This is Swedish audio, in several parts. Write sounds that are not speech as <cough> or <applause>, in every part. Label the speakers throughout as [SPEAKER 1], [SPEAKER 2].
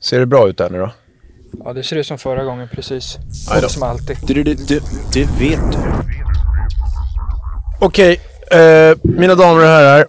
[SPEAKER 1] Ser det bra ut där nu då?
[SPEAKER 2] Ja, det ser ut som förra gången precis.
[SPEAKER 1] Aj då.
[SPEAKER 2] Som alltid.
[SPEAKER 3] Du, du, du, du vet du.
[SPEAKER 1] Okej, eh, mina damer och herrar.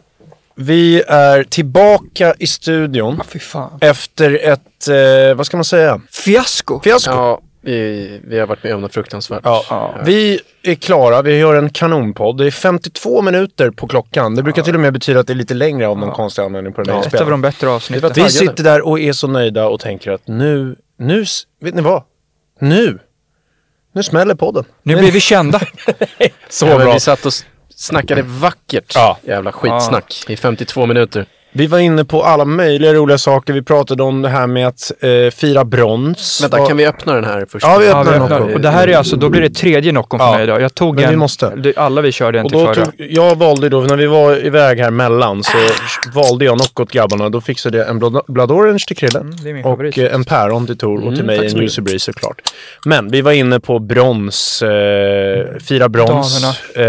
[SPEAKER 1] Vi är tillbaka i studion
[SPEAKER 2] Ja, fy fan.
[SPEAKER 1] efter ett, eh, vad ska man säga,
[SPEAKER 2] Fiasko!
[SPEAKER 1] fiasko.
[SPEAKER 4] Ja, vi, vi har varit med om något fruktansvärt.
[SPEAKER 1] Ja. Vi är klara, vi gör en kanonpodd. Det är 52 minuter på klockan. Det brukar till och med betyda att det är lite längre av någon konstig anledning på den här
[SPEAKER 2] Ett av de
[SPEAKER 1] inspelningen.
[SPEAKER 2] bättre avsnitten.
[SPEAKER 1] Vi sitter där och är så nöjda och tänker att nu, nu, s- vet ni vad? Nu, nu smäller podden.
[SPEAKER 2] Nu blir
[SPEAKER 1] <laughs>
[SPEAKER 2] vi kända.
[SPEAKER 1] Så
[SPEAKER 4] Ja, men
[SPEAKER 1] bra.
[SPEAKER 4] Vi satt och s- snackade vackert.
[SPEAKER 1] Ja.
[SPEAKER 4] Jävla skitsnack i 52 minuter.
[SPEAKER 1] Vi var inne på alla möjliga roliga saker. Vi pratade om det här med att eh, fira brons.
[SPEAKER 4] Vänta,
[SPEAKER 1] Och-
[SPEAKER 4] kan vi öppna den här först?
[SPEAKER 1] Ja, vi
[SPEAKER 2] Ja, vi
[SPEAKER 1] öppnar den
[SPEAKER 2] öppnar.
[SPEAKER 1] också.
[SPEAKER 2] Och det här är alltså, då blir det tredje Noccon för
[SPEAKER 1] Ja,
[SPEAKER 2] mig idag. Jag tog
[SPEAKER 1] men
[SPEAKER 2] en,
[SPEAKER 1] vi måste.
[SPEAKER 2] det- alla vi körde en
[SPEAKER 1] Och
[SPEAKER 2] till
[SPEAKER 1] då
[SPEAKER 2] förra.
[SPEAKER 1] tog, jag valde ju då, när vi var iväg här mellan, så valde jag Knockout-grabbarna. Då fixade jag en Blood, blood Orange till Krille
[SPEAKER 2] det är min
[SPEAKER 1] och
[SPEAKER 2] favorit.
[SPEAKER 1] eh, en Päron till Tor och till mig
[SPEAKER 4] Mm, tack
[SPEAKER 1] en
[SPEAKER 4] så mycket.
[SPEAKER 1] Juicy Breeze såklart. Men vi var inne på brons, eh, fira brons. Eh,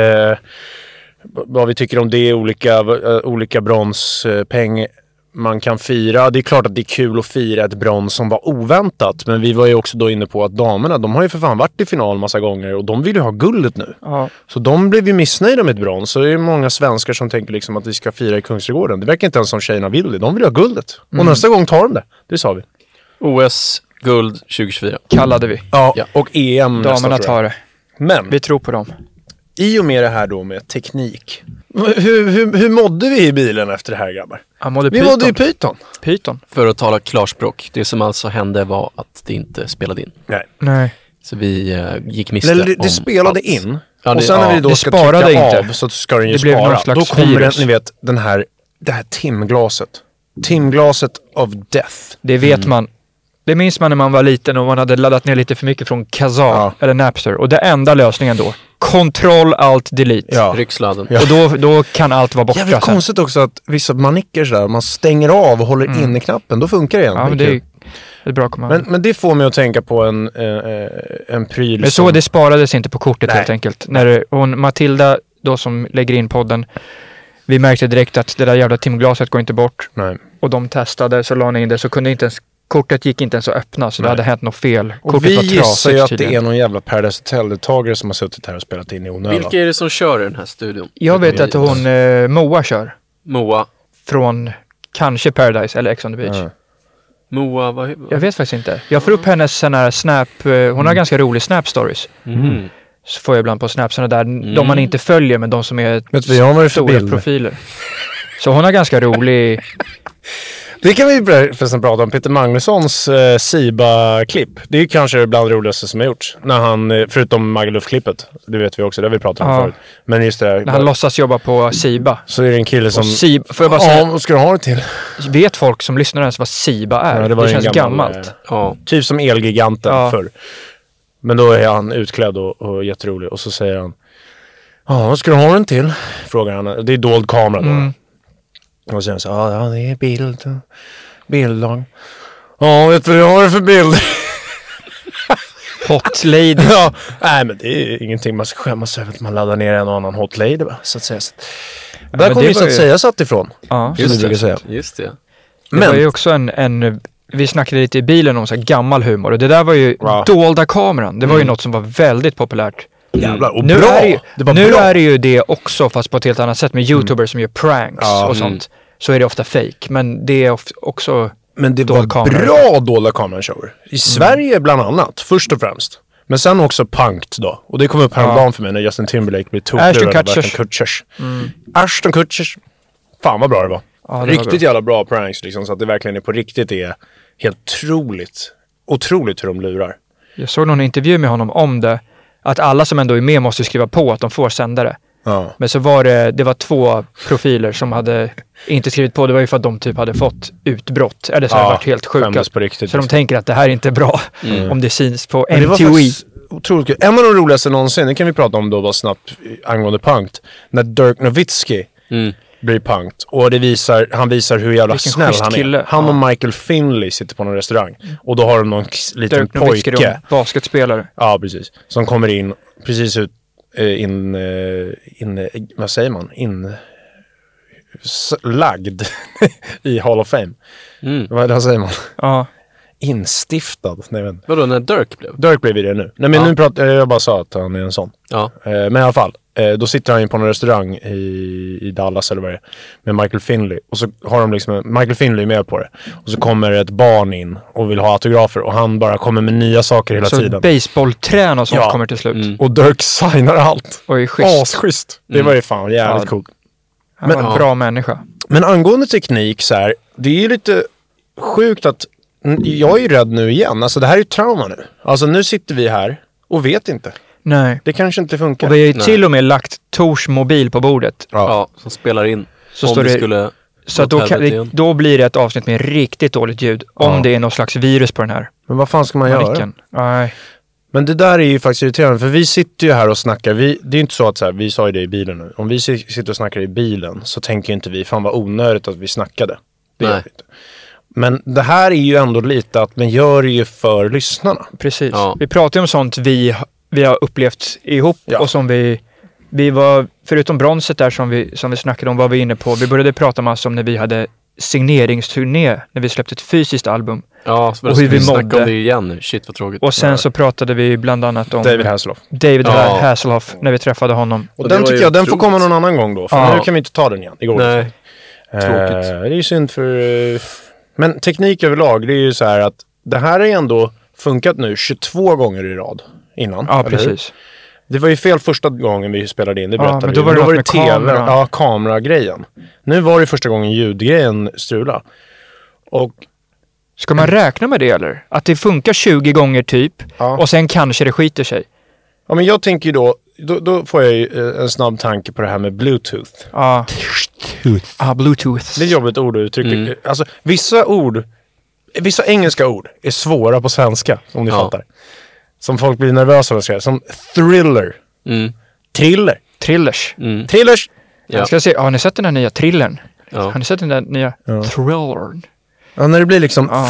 [SPEAKER 1] v- vad vi tycker om det, olika, eh, olika bronspeng man kan fira. Det är klart att det är kul att fira ett brons som var oväntat, men vi var ju också då inne på att damerna, de har ju för fan varit i final massa gånger och de vill ju ha guldet nu.
[SPEAKER 2] Ja.
[SPEAKER 1] Så de blev ju missnöjda med ett brons. Så det är många svenskar som tänker liksom att vi ska fira i Kungsträdgården. Det verkar inte ens som tjejerna vill det. De vill ju ha guldet.
[SPEAKER 4] Mm.
[SPEAKER 1] Och nästa gång tar de det. Det sa vi.
[SPEAKER 4] OS guld 2024.
[SPEAKER 2] Kallade vi.
[SPEAKER 1] Ja, och EM nästa,
[SPEAKER 2] Damerna
[SPEAKER 1] tror jag. Mm.
[SPEAKER 2] tar det.
[SPEAKER 1] Men
[SPEAKER 2] Vi tror på dem.
[SPEAKER 1] i och med det här då med teknik. Hur, hur, hur mådde vi i bilen efter det här grabbar?
[SPEAKER 2] Han mådde
[SPEAKER 1] Vi
[SPEAKER 2] pyton.
[SPEAKER 1] mådde i pyton.
[SPEAKER 2] pyton.
[SPEAKER 4] För att tala klarspråk, det som alltså hände var att det inte spelade in.
[SPEAKER 1] Nej.
[SPEAKER 2] Nej.
[SPEAKER 4] Så vi eh, gick miste
[SPEAKER 1] Eller det,
[SPEAKER 4] om
[SPEAKER 1] det spelade
[SPEAKER 4] allt.
[SPEAKER 1] in.
[SPEAKER 4] Ja, det-
[SPEAKER 1] och sen när
[SPEAKER 4] ja.
[SPEAKER 1] vi då
[SPEAKER 2] Det
[SPEAKER 1] ska
[SPEAKER 2] sparade
[SPEAKER 1] trycka
[SPEAKER 2] inte.
[SPEAKER 1] av så ska den ju
[SPEAKER 2] Det blev
[SPEAKER 1] spara.
[SPEAKER 2] någon slags
[SPEAKER 1] då kommer den,
[SPEAKER 2] virus.
[SPEAKER 1] ni vet, den här, det här timglaset. Timglaset of death.
[SPEAKER 2] Det vet man. Det minns man när man var liten och man hade laddat ner lite för mycket från Kazaa
[SPEAKER 1] Ja.
[SPEAKER 2] eller Napster. Och det enda lösningen då, Ctrl Alt Delete.
[SPEAKER 1] Ja.
[SPEAKER 4] Rycksladden.
[SPEAKER 2] Och då, då kan allt vara borta
[SPEAKER 1] Jävligt
[SPEAKER 2] sen.
[SPEAKER 1] konstigt också att vissa manicker sådär, man stänger av och håller inne knappen, då funkar det igen.
[SPEAKER 2] Mm. Ja, men det är ju ett bra kommando.
[SPEAKER 1] men,
[SPEAKER 2] Men,
[SPEAKER 1] men det får mig att tänka på en, eh, eh, en pryl
[SPEAKER 2] så,
[SPEAKER 1] som-
[SPEAKER 2] det sparades inte på kortet
[SPEAKER 1] Nej.
[SPEAKER 2] helt enkelt. När det- hon, Matilda, då som lägger in podden, vi märkte direkt att det där jävla timglaset går inte bort.
[SPEAKER 1] Nej.
[SPEAKER 2] Och de testade, så la hon in det, så kunde inte ens, kortet gick inte ens att öppna, så
[SPEAKER 1] Nej.
[SPEAKER 2] det hade hänt något fel.
[SPEAKER 1] Och
[SPEAKER 2] Kortet
[SPEAKER 1] vi
[SPEAKER 2] var
[SPEAKER 1] gissar ju
[SPEAKER 2] trasigt
[SPEAKER 1] att det är
[SPEAKER 2] tydligen.
[SPEAKER 1] någon jävla Paradise Hotel-deltagare som har suttit här och spelat in i onödan.
[SPEAKER 4] Vilka är det som kör i den här studion?
[SPEAKER 2] Jag vet att hon, eh, Moa kör,
[SPEAKER 4] Moa.
[SPEAKER 2] från kanske Paradise eller Ex on the Beach.
[SPEAKER 1] Ja.
[SPEAKER 4] Moa, vad...
[SPEAKER 2] Jag vet faktiskt inte. Jag får upp hennes sån här snap, eh, hon
[SPEAKER 1] Mm.
[SPEAKER 2] har ganska rolig snap stories.
[SPEAKER 4] Mm.
[SPEAKER 2] Så får jag ibland på Snap såna där, de man inte följer men de som är
[SPEAKER 1] Mm. Vet du vad jag har varit för
[SPEAKER 2] stora
[SPEAKER 1] bild?
[SPEAKER 2] profiler. Så hon har ganska rolig,
[SPEAKER 1] Det kan vi för- förresten prata om. Peter Magnussons eh, Siba-klipp. Det är ju kanske bland det roligaste som har gjorts. När han, eh, förutom Magaluf-klippet, det vet vi också, det har vi pratat om
[SPEAKER 2] Ja.
[SPEAKER 1] förut. Men just det där,
[SPEAKER 2] när han låtsas jobba på Siba.
[SPEAKER 1] så är det en kille som...
[SPEAKER 2] Och Siba, får jag bara
[SPEAKER 1] Ja,
[SPEAKER 2] säga,
[SPEAKER 1] vad ska du ha det till?
[SPEAKER 2] vet folk som lyssnar ens vad Siba är?
[SPEAKER 1] Ja,
[SPEAKER 2] det,
[SPEAKER 1] var en
[SPEAKER 2] känns
[SPEAKER 1] gammal,
[SPEAKER 2] gammalt.
[SPEAKER 1] eh,
[SPEAKER 4] Ja.
[SPEAKER 1] Typ som Elgiganten
[SPEAKER 2] Ja.
[SPEAKER 1] förr. Men då är han utklädd och, och jätterolig och så säger han Ja, vad ska du ha den till? Frågar han. Det är dold kamera då.
[SPEAKER 2] Mm.
[SPEAKER 1] Och så säger han så här, ja, det är bild. Bildlag. Ja, vet du vad jag har för bild? <laughs>
[SPEAKER 2] Hot lady.
[SPEAKER 1] ja, nej men det är ingenting man ska skämmas över att man laddar ner en och annan hot lady va, så att säga. Så. Där
[SPEAKER 2] men
[SPEAKER 1] kommer
[SPEAKER 2] det
[SPEAKER 1] just
[SPEAKER 2] var
[SPEAKER 1] att
[SPEAKER 2] ju-
[SPEAKER 1] säga satt ifrån.
[SPEAKER 2] Ja.
[SPEAKER 1] Som du brukar säga.
[SPEAKER 4] Just det.
[SPEAKER 2] Det var ju också en, en, vi snackade lite i bilen om så här gammal humor och det där var ju
[SPEAKER 1] Ja.
[SPEAKER 2] dolda kameran. Det var
[SPEAKER 1] Mm.
[SPEAKER 2] ju något som var väldigt populärt.
[SPEAKER 1] Jävlar, och
[SPEAKER 2] Nu,
[SPEAKER 1] bra!
[SPEAKER 2] är, det ju,
[SPEAKER 1] det var
[SPEAKER 2] nu
[SPEAKER 1] bra. Mm.
[SPEAKER 2] är det ju det också fast på ett helt annat sätt med youtubers som gör pranks och sånt. Så är det ofta fake men det är of- också...
[SPEAKER 1] Men det
[SPEAKER 2] Dolda
[SPEAKER 1] var
[SPEAKER 2] kameror.
[SPEAKER 1] bra dolda kamerashower. I Sverige bland annat, först och främst. Men sen också punkt då. Och det kom upp häromdagen för mig när Justin Timberlake blev toklurad
[SPEAKER 2] Ashton
[SPEAKER 1] av
[SPEAKER 2] Kutchers. Mm.
[SPEAKER 1] Ashton Kutchers. Ashton Kutchers. Fan vad bra det var.
[SPEAKER 2] var
[SPEAKER 1] Riktigt
[SPEAKER 2] bra.
[SPEAKER 1] jävla bra pranks liksom. Så att det verkligen är på riktigt är helt otroligt. Otroligt hur de lurar.
[SPEAKER 2] Jag såg någon intervju med honom om det. Att alla som ändå är med måste skriva på att de får sända det.
[SPEAKER 1] Ja.
[SPEAKER 2] Men så var det, det var två profiler som hade inte skrivit på. Det var ju för att de typ hade fått utbrott. Eller så hade
[SPEAKER 1] Ja,
[SPEAKER 2] varit helt sjuka.
[SPEAKER 1] skämdes på riktigt. Mm.
[SPEAKER 2] Så de tänker att det här är inte bra om det syns på
[SPEAKER 1] Men det var
[SPEAKER 2] MTV.
[SPEAKER 1] faktiskt Otroligt kul. En av de roligaste någonsin, det kan vi prata om då bara snabbt eh, angående punk, när Dirk Nowitzki blir punkt och det visar, han visar hur jävla
[SPEAKER 2] Mm. Vilken
[SPEAKER 1] snäll
[SPEAKER 2] schysst
[SPEAKER 1] han är.
[SPEAKER 2] kille.
[SPEAKER 1] Han och
[SPEAKER 2] Ja. Mm.
[SPEAKER 1] Michael Finley sitter på någon restaurang och då har de någon k- liten
[SPEAKER 2] Dirk Nowitzki, då,
[SPEAKER 1] pojke.
[SPEAKER 2] basketspelare.
[SPEAKER 1] Ja, precis. Som kommer in, precis ut, eh, in, eh, in, eh, vad säger man, in... s- Lagd <laughs> i Hall of Fame.
[SPEAKER 2] Mm.
[SPEAKER 1] Vad, vad säger man?
[SPEAKER 2] Ja.
[SPEAKER 1] Instiftad? Nej, men.
[SPEAKER 4] Vadå, när Dirk blev?
[SPEAKER 1] Dirk blev ju det nu. Nej men
[SPEAKER 4] Ja.
[SPEAKER 1] nu pratar jag, bara sa att han är en sån.
[SPEAKER 4] Ja.
[SPEAKER 1] Eh, Men i alla fall, eh, då sitter han ju på någon restaurang i, i Dallas eller vad det är med Michael Finley. Och så har de liksom, Michael Finley är med på det. Och så kommer ett barn in och vill ha autografer och han bara kommer med nya saker hela
[SPEAKER 2] Så
[SPEAKER 1] tiden.
[SPEAKER 2] baseballträn och sånt
[SPEAKER 1] Ja. Mm.
[SPEAKER 2] kommer till slut.
[SPEAKER 1] Och Dirk signar allt.
[SPEAKER 2] Oj, schysst. Mm.
[SPEAKER 1] Asschysst. Det var ju fan jävligt
[SPEAKER 2] Ja.
[SPEAKER 1] coolt.
[SPEAKER 2] Han var en
[SPEAKER 4] Men-
[SPEAKER 2] bra människa.
[SPEAKER 1] Men angående teknik så här, det är ju lite sjukt att n- jag är ju rädd nu igen. Alltså det här är ju trauma nu. Alltså nu sitter vi här och vet inte.
[SPEAKER 2] Nej.
[SPEAKER 1] Det kanske inte funkar.
[SPEAKER 2] Och vi har ju
[SPEAKER 4] Nej.
[SPEAKER 2] till och med lagt Tors mobil på bordet.
[SPEAKER 4] Ja. som spelar in.
[SPEAKER 2] Så
[SPEAKER 4] om
[SPEAKER 2] står
[SPEAKER 4] det
[SPEAKER 2] det-
[SPEAKER 4] skulle...
[SPEAKER 2] Så att
[SPEAKER 4] gå
[SPEAKER 2] då,
[SPEAKER 4] åt
[SPEAKER 2] kan,
[SPEAKER 4] helvete
[SPEAKER 2] det,
[SPEAKER 4] igen.
[SPEAKER 2] då blir det ett avsnitt med riktigt dåligt ljud. Om
[SPEAKER 1] Ja.
[SPEAKER 2] det är någon slags virus på den här
[SPEAKER 1] Men vad fan ska man göra?
[SPEAKER 2] manicken. Nej.
[SPEAKER 1] Men det där är ju faktiskt irriterande, för vi sitter ju här och snackar. Vi, det är ju inte så att så här, vi sa ju det i bilen nu. Om vi si- sitter och snackar i bilen så tänker ju inte vi, fan vad onödigt att vi snackade. Det gör
[SPEAKER 4] Nej.
[SPEAKER 1] vi inte. Men det här är ju ändå lite att man gör det ju för lyssnarna.
[SPEAKER 4] Mm.
[SPEAKER 2] Precis.
[SPEAKER 4] Ja.
[SPEAKER 2] Vi pratar ju om sånt vi, vi har upplevt ihop
[SPEAKER 1] Ja.
[SPEAKER 2] och som vi... Vi var, förutom bronset där som vi, som vi snackade om, var vi inne på. Vi började prata massa om när vi hade signeringsturné, när vi släppte ett fysiskt album.
[SPEAKER 4] Ja, så
[SPEAKER 2] Och
[SPEAKER 4] och
[SPEAKER 2] hur
[SPEAKER 4] hur
[SPEAKER 2] vi
[SPEAKER 4] vi snacka
[SPEAKER 2] mådde.
[SPEAKER 4] om det igen nu. Shit vad tråkigt.
[SPEAKER 2] Och sen så pratade vi bland annat om
[SPEAKER 1] David Hasselhoff.
[SPEAKER 2] David
[SPEAKER 4] Ja.
[SPEAKER 2] Hasselhoff, när vi träffade honom.
[SPEAKER 1] Och,
[SPEAKER 4] Och det
[SPEAKER 1] den
[SPEAKER 4] var
[SPEAKER 1] tycker
[SPEAKER 4] ju
[SPEAKER 1] jag, den får
[SPEAKER 4] otroligt.
[SPEAKER 1] komma någon annan gång då. För
[SPEAKER 4] Ja.
[SPEAKER 1] nu kan vi inte ta den igen. Det går inte.
[SPEAKER 4] Nej, tråkigt.
[SPEAKER 1] Eh, det är ju synd för... eh, Men teknik överlag, det är ju så här att det här har ju ändå funkat nu 22 gånger i rad innan.
[SPEAKER 2] Ja,
[SPEAKER 1] eller hur?
[SPEAKER 2] precis.
[SPEAKER 1] Det var ju fel första gången vi spelade in, det
[SPEAKER 2] Ja,
[SPEAKER 1] berättade
[SPEAKER 2] men
[SPEAKER 1] vi.
[SPEAKER 2] då var det
[SPEAKER 1] då
[SPEAKER 2] något
[SPEAKER 1] var det
[SPEAKER 2] med
[SPEAKER 1] TV,
[SPEAKER 2] kameran.
[SPEAKER 1] ja kameragrejen. Nu var det första gången ljudgrejen strula. Och
[SPEAKER 2] Ska man räkna med det eller? Att det funkar 20 gånger typ
[SPEAKER 1] Mm. Ja.
[SPEAKER 2] och sen kanske det skiter sig.
[SPEAKER 1] ja, men jag tänker ju då, då, då får jag ju eh, en snabb tanke på det här med bluetooth.
[SPEAKER 2] Ja. Ah, bluetooth.
[SPEAKER 1] Det är ett jobbigt ord att uttrycka.
[SPEAKER 4] Mm.
[SPEAKER 1] Alltså vissa ord, vissa engelska ord är svåra på svenska, om ni
[SPEAKER 4] Ja.
[SPEAKER 1] fattar. Som folk blir nervösa av att säga. Som thriller.
[SPEAKER 4] Mm.
[SPEAKER 1] Thriller.
[SPEAKER 2] Thrillers.
[SPEAKER 1] Thrillers.
[SPEAKER 4] Ja.
[SPEAKER 2] Jag ska se, har ni sett den här nya thrillern?
[SPEAKER 4] Ja.
[SPEAKER 2] Har ni sett den där nya thrillern?
[SPEAKER 1] Ja, när det blir liksom,
[SPEAKER 2] Ja.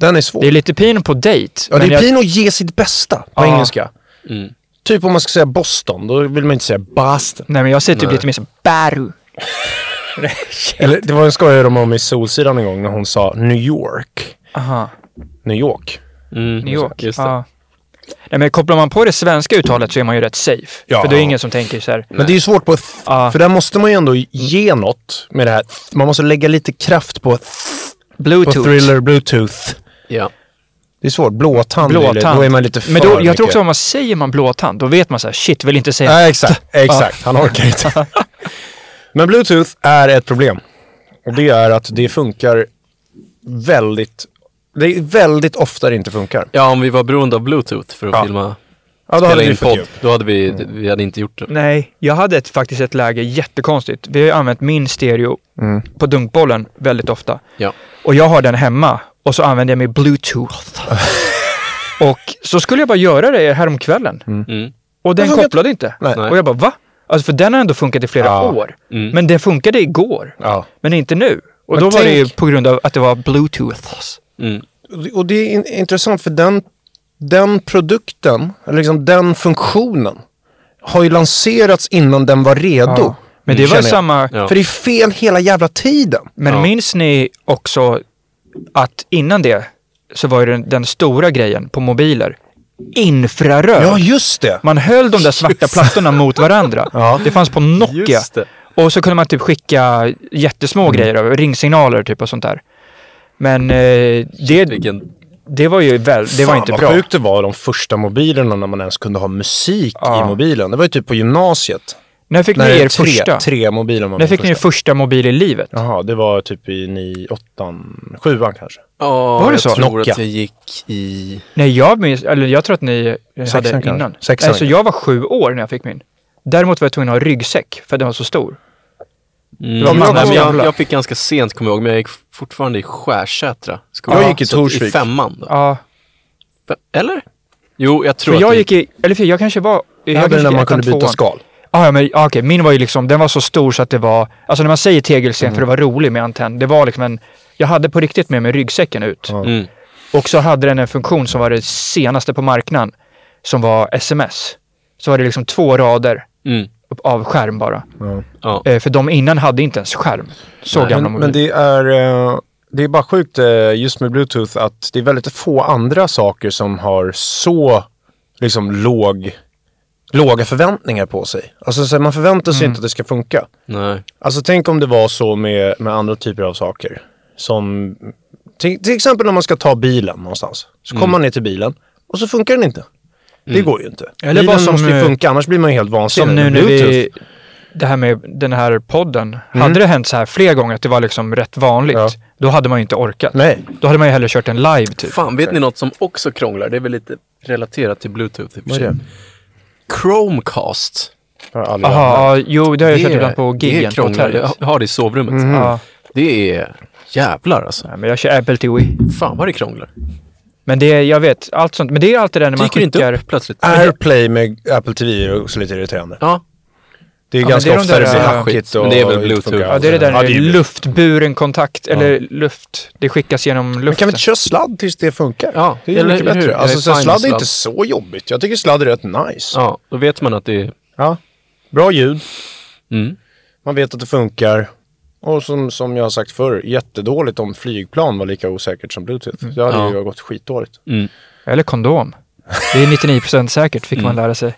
[SPEAKER 1] den är svår.
[SPEAKER 2] Det är lite pin på dejt.
[SPEAKER 1] Ja, det
[SPEAKER 2] men
[SPEAKER 1] är
[SPEAKER 2] jag-
[SPEAKER 1] pin att ge sitt bästa på
[SPEAKER 2] Ja. Mm.
[SPEAKER 1] engelska. Typ om man ska säga Boston, då vill man inte säga
[SPEAKER 2] <laughs>
[SPEAKER 1] Boston.
[SPEAKER 2] Nej, men jag ser typ lite mer som Baru.
[SPEAKER 1] Eller det var en skoj de om i Solsidan en gång när hon sa New York.
[SPEAKER 2] Aha.
[SPEAKER 1] New York.
[SPEAKER 4] Mm.
[SPEAKER 2] New York.
[SPEAKER 4] Just det.
[SPEAKER 2] Ja. Nej, men kopplar man på det svenska uttalet så är man ju rätt safe.
[SPEAKER 1] Ja.
[SPEAKER 2] För det är ingen som tänker så
[SPEAKER 4] Mm.
[SPEAKER 2] här.
[SPEAKER 1] Men det är ju svårt på th,
[SPEAKER 2] Ja.
[SPEAKER 1] för där måste man ju ändå ge något med det här. Man måste lägga lite kraft på, th, på
[SPEAKER 2] Bluetooth.
[SPEAKER 1] thriller, bluetooth.
[SPEAKER 4] Ja.
[SPEAKER 1] Det är svårt. Blåtand, blir det.
[SPEAKER 2] Blåtand.
[SPEAKER 1] då är man lite för
[SPEAKER 2] Men då, jag
[SPEAKER 1] mycket.
[SPEAKER 2] tror också om man säger man blåtand, då vet man så här, shit, vill inte säga.
[SPEAKER 1] Nej, exakt. Exakt. Han orkar <laughs> inte. Men bluetooth är ett problem. Och det är att det funkar väldigt... Det är väldigt ofta det inte funkar.
[SPEAKER 4] ja, om vi var beroende av bluetooth för att
[SPEAKER 1] Ja.
[SPEAKER 4] filma,
[SPEAKER 1] Ja, då
[SPEAKER 4] spela
[SPEAKER 1] hade vi
[SPEAKER 4] in
[SPEAKER 1] fått
[SPEAKER 4] podd,
[SPEAKER 1] jobb.
[SPEAKER 4] då hade vi, vi hade inte gjort det.
[SPEAKER 2] Nej, jag hade ett, faktiskt ett läge jättekonstigt. Vi har ju använt min stereo
[SPEAKER 1] Mm.
[SPEAKER 2] på dunkbollen väldigt ofta.
[SPEAKER 4] Ja.
[SPEAKER 2] Och jag har den hemma och så använder jag min bluetooth.
[SPEAKER 1] <laughs>
[SPEAKER 2] och så skulle jag bara göra det häromkvällen.
[SPEAKER 4] Mm.
[SPEAKER 2] Och den
[SPEAKER 1] funkar
[SPEAKER 2] kopplade inte.
[SPEAKER 1] Nej.
[SPEAKER 2] Och jag bara, va? Alltså för den har ändå funkat i flera
[SPEAKER 1] Ja.
[SPEAKER 2] år.
[SPEAKER 4] Mm.
[SPEAKER 2] Men den funkade igår.
[SPEAKER 1] Ja.
[SPEAKER 2] Men inte nu. Och
[SPEAKER 1] Men
[SPEAKER 2] då var det ju
[SPEAKER 1] tänk-
[SPEAKER 2] på grund av att det var bluetooth.
[SPEAKER 4] Mm.
[SPEAKER 1] Och det är in- intressant för den, den produkten, eller liksom den funktionen, har ju lanserats innan den var redo.
[SPEAKER 2] Ja. Men det var ju
[SPEAKER 1] Känner jag.
[SPEAKER 2] samma...
[SPEAKER 4] Ja.
[SPEAKER 1] För det är fel hela jävla tiden.
[SPEAKER 2] Men
[SPEAKER 4] Ja.
[SPEAKER 2] minns ni också att innan det så var ju den, den stora grejen på mobiler infraröd.
[SPEAKER 1] Ja, just det.
[SPEAKER 2] Man höll de där svarta plattorna mot varandra.
[SPEAKER 1] Ja.
[SPEAKER 2] Det fanns på Nokia.
[SPEAKER 4] Just det.
[SPEAKER 2] Och så kunde man typ skicka jättesmå
[SPEAKER 1] Mm.
[SPEAKER 2] grejer, över, ringsignaler typ och sånt där. Men eh, det,
[SPEAKER 4] Vilken...
[SPEAKER 2] det var ju väl, det var
[SPEAKER 1] Fan,
[SPEAKER 2] inte
[SPEAKER 1] vad
[SPEAKER 2] bra.
[SPEAKER 1] sjukt det var de första mobilerna när man ens kunde ha musik
[SPEAKER 2] Ja.
[SPEAKER 1] i mobilen. Det var ju typ på gymnasiet.
[SPEAKER 2] När fick ni
[SPEAKER 1] När
[SPEAKER 2] er
[SPEAKER 1] tre,
[SPEAKER 2] första?
[SPEAKER 1] tre mobiler var
[SPEAKER 2] När
[SPEAKER 1] min
[SPEAKER 2] fick ni er
[SPEAKER 1] första.
[SPEAKER 2] första mobil i livet?
[SPEAKER 1] Jaha, det var typ i ni, åttan, sjuan kanske.
[SPEAKER 4] Ja,
[SPEAKER 2] Var det
[SPEAKER 4] jag
[SPEAKER 2] så?
[SPEAKER 4] tror
[SPEAKER 1] Nokia.
[SPEAKER 4] att jag gick i...
[SPEAKER 2] Nej, jag minns, eller jag tror att ni eh,
[SPEAKER 1] Sexan
[SPEAKER 2] hade
[SPEAKER 1] kanske.
[SPEAKER 2] innan.
[SPEAKER 1] Sexan
[SPEAKER 2] Alltså
[SPEAKER 1] kanske.
[SPEAKER 2] jag var sju år när jag fick min. Däremot var jag tvungen att ha ryggsäck för att den var så stor.
[SPEAKER 4] Mm.
[SPEAKER 2] Det var
[SPEAKER 4] Nej, men jag,
[SPEAKER 2] mannen.
[SPEAKER 4] jag fick ganska sent, kommer jag ihåg, men jag gick fortfarande i Skärsätra. skola.
[SPEAKER 1] Jag gick i
[SPEAKER 4] Så att
[SPEAKER 1] Torsvik.
[SPEAKER 4] I femman då.
[SPEAKER 2] Ja,
[SPEAKER 4] Fe- Eller? Jo, jag tror
[SPEAKER 2] för
[SPEAKER 4] att
[SPEAKER 2] jag
[SPEAKER 4] det-
[SPEAKER 2] gick i, eller för jag kanske var...
[SPEAKER 1] Jag
[SPEAKER 2] Jag,
[SPEAKER 1] hade
[SPEAKER 2] kanske
[SPEAKER 1] den när
[SPEAKER 2] gick i
[SPEAKER 1] man
[SPEAKER 2] ettan,
[SPEAKER 1] kunde byta
[SPEAKER 2] tvåan.
[SPEAKER 1] skal.
[SPEAKER 2] Ah, ja, men ah, okej, min var ju liksom, den var så stor så att det var, alltså när man säger tegelsten
[SPEAKER 1] Mm.
[SPEAKER 2] för det var rolig med antenn, det var liksom en, jag hade på riktigt med mig ryggsäcken ut.
[SPEAKER 4] Mm.
[SPEAKER 2] Och så hade den en funktion som var det senaste på marknaden, som var sms. Så var det liksom två rader
[SPEAKER 4] Mm.
[SPEAKER 2] upp- av skärm bara.
[SPEAKER 4] Ja.
[SPEAKER 2] Eh, för de innan hade inte ens skärm. Så
[SPEAKER 4] Nej.
[SPEAKER 2] gamla
[SPEAKER 1] Men, men
[SPEAKER 2] mobiler.
[SPEAKER 1] det är... eh, Det är bara sjukt eh, just med Bluetooth att det är väldigt få andra saker som har så liksom låg, låga förväntningar på sig. Alltså så här, man förväntar
[SPEAKER 2] Mm.
[SPEAKER 1] sig inte att det ska funka.
[SPEAKER 4] Nej.
[SPEAKER 1] Alltså tänk om det var så med, med andra typer av saker. Som till, till exempel när man ska ta bilen någonstans. Så
[SPEAKER 2] Mm.
[SPEAKER 1] kommer man ner till bilen och så funkar den inte. Det går ju inte.
[SPEAKER 2] Eller
[SPEAKER 1] bilen
[SPEAKER 2] bara som,
[SPEAKER 1] måste ju
[SPEAKER 2] eh,
[SPEAKER 1] funka annars blir man ju helt vansinnig.
[SPEAKER 2] Som nu när
[SPEAKER 1] Bluetooth. Mm.
[SPEAKER 2] vi, det här med den här podden. Hade det hänt så här fler gånger att det var liksom rätt vanligt,
[SPEAKER 1] Ja.
[SPEAKER 2] då hade man ju inte orkat.
[SPEAKER 1] Nej.
[SPEAKER 2] Då hade man ju hellre kört en live typ.
[SPEAKER 4] Fan, vet ni något som också krånglar? Det är väl lite relaterat till Bluetooth i och för
[SPEAKER 1] Vad är
[SPEAKER 4] sig.
[SPEAKER 1] det?
[SPEAKER 4] Chromecast.
[SPEAKER 1] Har jag aldrig använt.
[SPEAKER 2] Jaha, jo det har jag
[SPEAKER 4] Det
[SPEAKER 2] kört
[SPEAKER 4] är-
[SPEAKER 2] ibland på
[SPEAKER 4] det är
[SPEAKER 2] giggen. på
[SPEAKER 4] krånglar.
[SPEAKER 2] hotellet.
[SPEAKER 4] Jag har det i sovrummet.
[SPEAKER 2] Ja.
[SPEAKER 4] Det är jävlar alltså.
[SPEAKER 2] Nej, men jag kör Apple TV.
[SPEAKER 4] Fan vad det krånglar.
[SPEAKER 2] Men det är, jag vet, allt sånt. Men det är alltid det när man
[SPEAKER 4] Dyker inte
[SPEAKER 2] skickar...
[SPEAKER 4] upp plötsligt.
[SPEAKER 1] Äh. Airplay med Apple TV är också lite irriterande.
[SPEAKER 4] Ja,
[SPEAKER 1] Det är
[SPEAKER 2] men
[SPEAKER 1] ganska
[SPEAKER 2] det är de
[SPEAKER 1] ofta det
[SPEAKER 2] där-
[SPEAKER 1] blir
[SPEAKER 2] Ja,
[SPEAKER 1] hackigt
[SPEAKER 4] skit.
[SPEAKER 1] och
[SPEAKER 4] Men det är väl
[SPEAKER 1] inte
[SPEAKER 4] Bluetooth.
[SPEAKER 1] funkar
[SPEAKER 2] Ja, det är det där
[SPEAKER 1] alls.
[SPEAKER 2] när det
[SPEAKER 1] Ja,
[SPEAKER 2] är
[SPEAKER 1] ju-
[SPEAKER 2] luftburen kontakt, eller luft. Det skickas genom luften.
[SPEAKER 1] Men kan vi inte köra sladd tills det funkar?
[SPEAKER 4] Ja,
[SPEAKER 1] det är ju
[SPEAKER 4] eller
[SPEAKER 1] mycket
[SPEAKER 4] hur?
[SPEAKER 1] bättre.
[SPEAKER 4] Jag
[SPEAKER 1] Alltså,
[SPEAKER 4] är
[SPEAKER 1] så
[SPEAKER 4] fine
[SPEAKER 1] sladd är
[SPEAKER 4] med
[SPEAKER 1] inte så jobbigt. Jag tycker sladd är rätt nice.
[SPEAKER 4] ja, då vet man att det är...
[SPEAKER 1] Ja. Bra ljud.
[SPEAKER 4] Mm.
[SPEAKER 1] Man vet att det funkar. Och som, som jag har sagt förr, jättedåligt om flygplan var lika osäkert som bluetooth.
[SPEAKER 2] Mm.
[SPEAKER 1] Det hade
[SPEAKER 4] Ja.
[SPEAKER 1] ju gått skitdåligt.
[SPEAKER 2] Eller kondom. Det är 99% säkert, fick
[SPEAKER 1] Mm.
[SPEAKER 2] man lära sig.